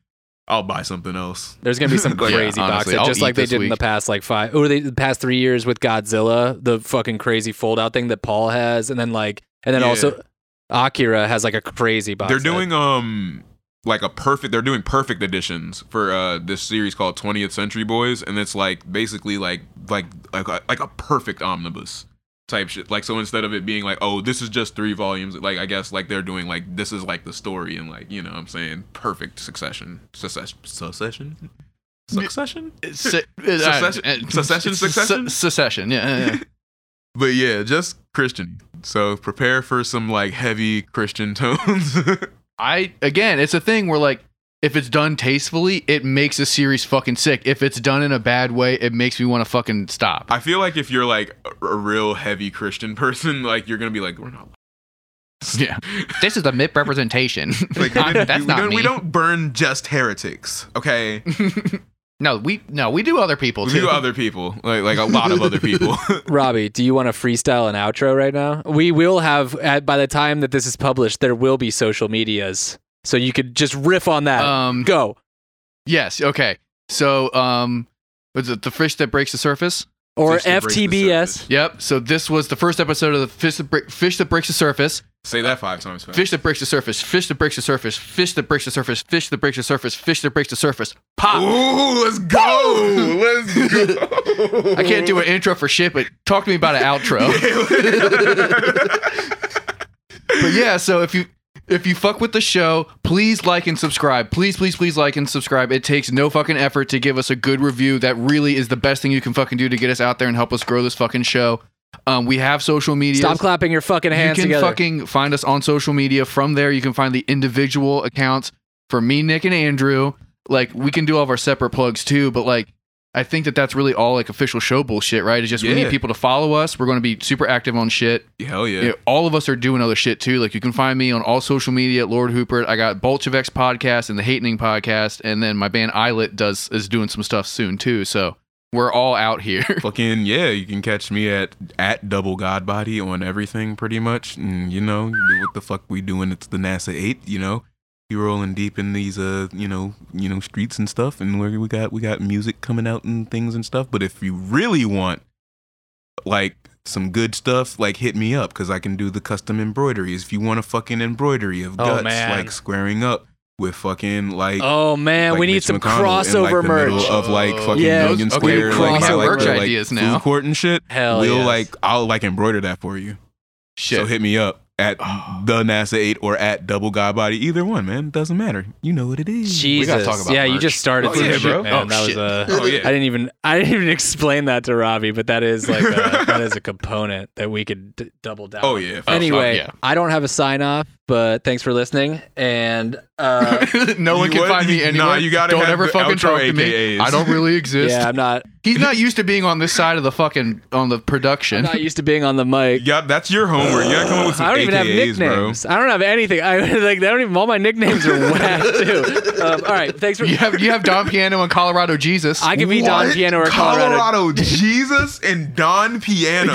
Speaker 4: I'll buy something else.
Speaker 3: There's gonna be some
Speaker 1: Yeah,
Speaker 3: crazy box
Speaker 1: honestly,
Speaker 3: set,
Speaker 1: I'll
Speaker 3: just
Speaker 1: eat
Speaker 3: like they
Speaker 1: this
Speaker 3: did in the
Speaker 1: week.
Speaker 3: past like five or they, the past three years with Godzilla, the fucking crazy fold out thing that Paul has, and then like and then
Speaker 4: Yeah.
Speaker 3: also Akira has like a crazy box.
Speaker 4: they're
Speaker 3: set.
Speaker 4: doing um like a perfect they're doing perfect editions for uh this series called 20th century boys and it's like basically like like like a, like a perfect omnibus type shit like so instead of it being like oh this is just three volumes like i guess like they're doing like this is like the story and like you know what i'm saying perfect succession succession succession succession
Speaker 1: Se-
Speaker 4: Secession-
Speaker 1: uh, uh,
Speaker 4: secession,
Speaker 1: se-
Speaker 4: succession?
Speaker 1: secession. Yeah, yeah, yeah.
Speaker 4: but yeah just christian so prepare for some like heavy christian tones
Speaker 1: I again, it's a thing where like if it's done tastefully, it makes a series fucking sick. If it's done in a bad way, it makes me want to fucking stop.
Speaker 4: I feel like if you're like a, a real heavy Christian person, like you're gonna be like, we're not.
Speaker 1: yeah, this is a myth representation.
Speaker 4: Like, we,
Speaker 1: That's
Speaker 4: didn't- we,
Speaker 1: not
Speaker 4: don't,
Speaker 1: me.
Speaker 4: we don't burn just heretics, okay?
Speaker 1: No, we no, we do other people
Speaker 4: We
Speaker 1: too.
Speaker 4: do other people, like like a lot of other people.
Speaker 3: Robbie, do you want to freestyle an outro right now? We will have at, by the time that this is published, there will be social medias, so you could just riff on that.
Speaker 1: um,
Speaker 3: Go
Speaker 1: yes, okay. So, um, was it the fish that breaks the surface?
Speaker 3: or
Speaker 4: Fish that breaks the
Speaker 3: FTBS.
Speaker 4: surface.
Speaker 1: Yep. So this was the first episode of the fish that, Break fish that breaks the surface.
Speaker 4: Say that five times. fast.
Speaker 1: Fish that breaks the surface. Fish that breaks the surface. Fish that breaks the surface. Fish that breaks the surface. Fish that breaks the surface. Pop.
Speaker 4: Ooh, let's go! Let's go!
Speaker 1: I can't do an intro for shit, but talk to me about an outro. but yeah, so if you if you fuck with the show, please like and subscribe. Please, please, please like and subscribe. It takes no fucking effort to give us a good review. That really is the best thing you can fucking do to get us out there and help us grow this fucking show. Um, we have social media.
Speaker 3: Stop clapping your fucking hands
Speaker 1: you can
Speaker 3: together.
Speaker 1: fucking find us on social media. From there, you can find the individual accounts for me, Nick, and Andrew. Like we can do all of our separate plugs too, but like I think that that's really all like official show bullshit, right? It's just we
Speaker 4: Yeah.
Speaker 1: need people to follow us. We're going to be super active on shit.
Speaker 4: Hell yeah.
Speaker 1: You know, all of us are doing other shit too. Like you can find me on all social media at Lord Hooper. I got Bolchevex podcast and the Hatening podcast, and then my band Islet does is doing some stuff soon too. So we're all out here.
Speaker 4: Fucking yeah, you can catch me at at double god body on everything pretty much. And, you know you do what the fuck we doing? It's the NASA eight. You know, you rolling deep in these uh you know you know streets and stuff, and where we got we got music coming out and things and stuff. But if you really want like some good stuff, like hit me up because I can do the custom embroideries. If you want a fucking embroidery of
Speaker 3: Oh,
Speaker 4: guts,
Speaker 3: man.
Speaker 4: like squaring up with fucking like.
Speaker 3: Oh man,
Speaker 4: like
Speaker 3: we need
Speaker 4: Mitch
Speaker 3: some
Speaker 4: McConnell in, like,
Speaker 3: crossover
Speaker 4: the middle
Speaker 3: merch.
Speaker 4: of like fucking
Speaker 3: Yeah,
Speaker 4: Union
Speaker 1: okay,
Speaker 4: Square,
Speaker 3: we
Speaker 4: like,
Speaker 3: crossover
Speaker 4: how, like,
Speaker 3: merch
Speaker 4: the, like,
Speaker 1: ideas now.
Speaker 4: food court and shit.
Speaker 3: Hell
Speaker 4: we'll
Speaker 3: yes.
Speaker 4: like I'll like embroider that for you.
Speaker 1: Shit.
Speaker 4: So hit me up at
Speaker 1: Oh.
Speaker 4: the NASA eight or at Double Guy Body. Either one, man. Doesn't matter. You know what it is.
Speaker 3: Jesus.
Speaker 1: gotta talk about
Speaker 3: yeah, you
Speaker 1: merch.
Speaker 3: just started
Speaker 4: Oh,
Speaker 3: some
Speaker 4: yeah,
Speaker 3: shit,
Speaker 4: bro.
Speaker 3: man.
Speaker 1: Oh,
Speaker 3: that
Speaker 1: shit.
Speaker 3: was uh,
Speaker 4: Oh yeah.
Speaker 3: I didn't even I didn't even explain that to Robbie, but that is like a, that is a component that we could d- double down.
Speaker 4: Oh
Speaker 3: on.
Speaker 4: yeah.
Speaker 1: Oh,
Speaker 3: Anyway,
Speaker 1: yeah.
Speaker 3: I don't have a sign off, but thanks for listening. And uh,
Speaker 1: no one
Speaker 4: You
Speaker 1: can
Speaker 4: what?
Speaker 1: find me
Speaker 4: You-
Speaker 1: anywhere.
Speaker 4: nah, you gotta
Speaker 1: Don't
Speaker 4: have
Speaker 1: ever
Speaker 4: the
Speaker 1: fucking
Speaker 4: outro
Speaker 1: talk to me.
Speaker 4: AKAs.
Speaker 1: I don't really exist.
Speaker 3: yeah, I'm not
Speaker 1: He's not used to being on this side of the fucking on the
Speaker 3: I'm
Speaker 1: production.
Speaker 3: not used to being on the mic.
Speaker 4: Yeah, that's your homework. You gotta come up with some
Speaker 3: I don't even have
Speaker 4: AKAs, bro.
Speaker 3: nicknames. I don't have anything. I like. I don't even. All my nicknames are whack too. Um, all right. Thanks for.
Speaker 1: You have you have Don Piano and Colorado Jesus.
Speaker 3: I can be Don
Speaker 4: What?
Speaker 3: Piano or Colorado.
Speaker 4: Colorado, Jesus and Don Piano.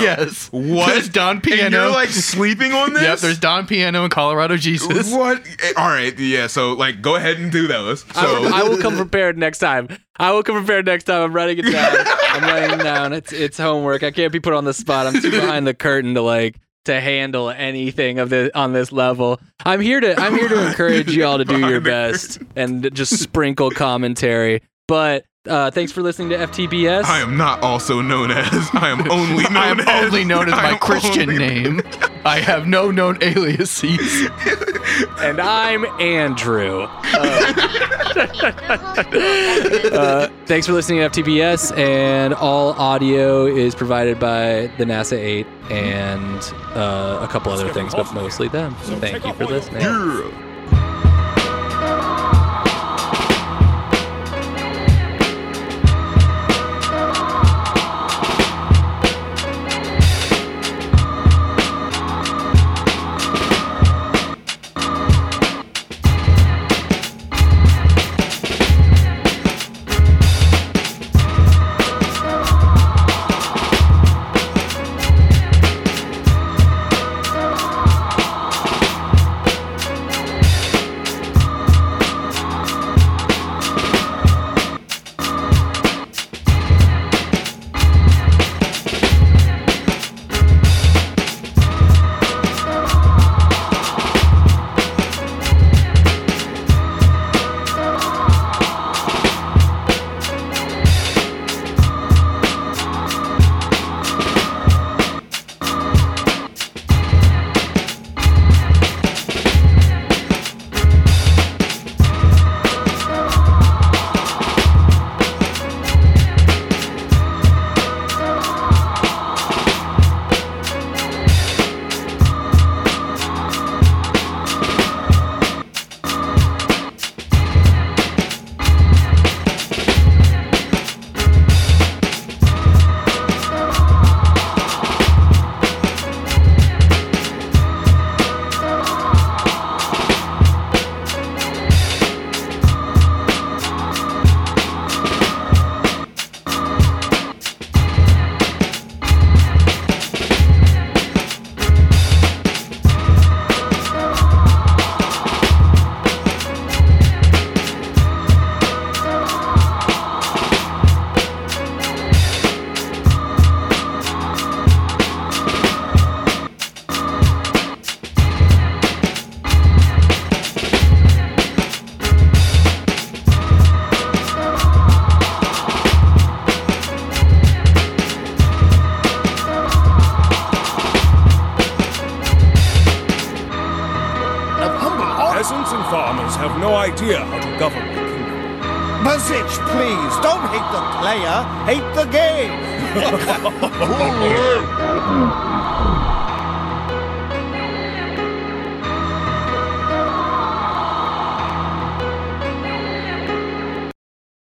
Speaker 1: Yes.
Speaker 4: What?
Speaker 1: There's Don
Speaker 4: And
Speaker 1: Piano.
Speaker 4: you're like sleeping on this?
Speaker 1: Yep, there's Don Piano and Colorado Jesus.
Speaker 4: What? Eh, All right. Yeah. So like, go ahead and do those. So
Speaker 3: I will- I will come prepared next time. I will come prepared next time. I'm writing it down. I'm writing it down. It's it's homework. I can't be put on the spot. I'm too behind the curtain to like to handle anything of this on this level. I'm here to I'm here to encourage y'all to do your
Speaker 4: Behind the
Speaker 3: best and just sprinkle commentary. But uh, thanks for listening to FTBS.
Speaker 4: I am not also known as. I am only known
Speaker 1: I am
Speaker 4: as.
Speaker 1: only known as
Speaker 4: I
Speaker 1: my
Speaker 4: am
Speaker 1: Christian
Speaker 4: only-
Speaker 1: name. I have no known aliases.
Speaker 3: and I'm Andrew. Uh, thanks for listening to FTPS, and all audio is provided by the NASA 8 and uh, a couple other things, but mostly them. Thank you for listening.
Speaker 4: Yeah.
Speaker 2: Peasants and farmers have no idea how to govern the kingdom.
Speaker 5: Buzzich, please. Don't hate the player, hate the game.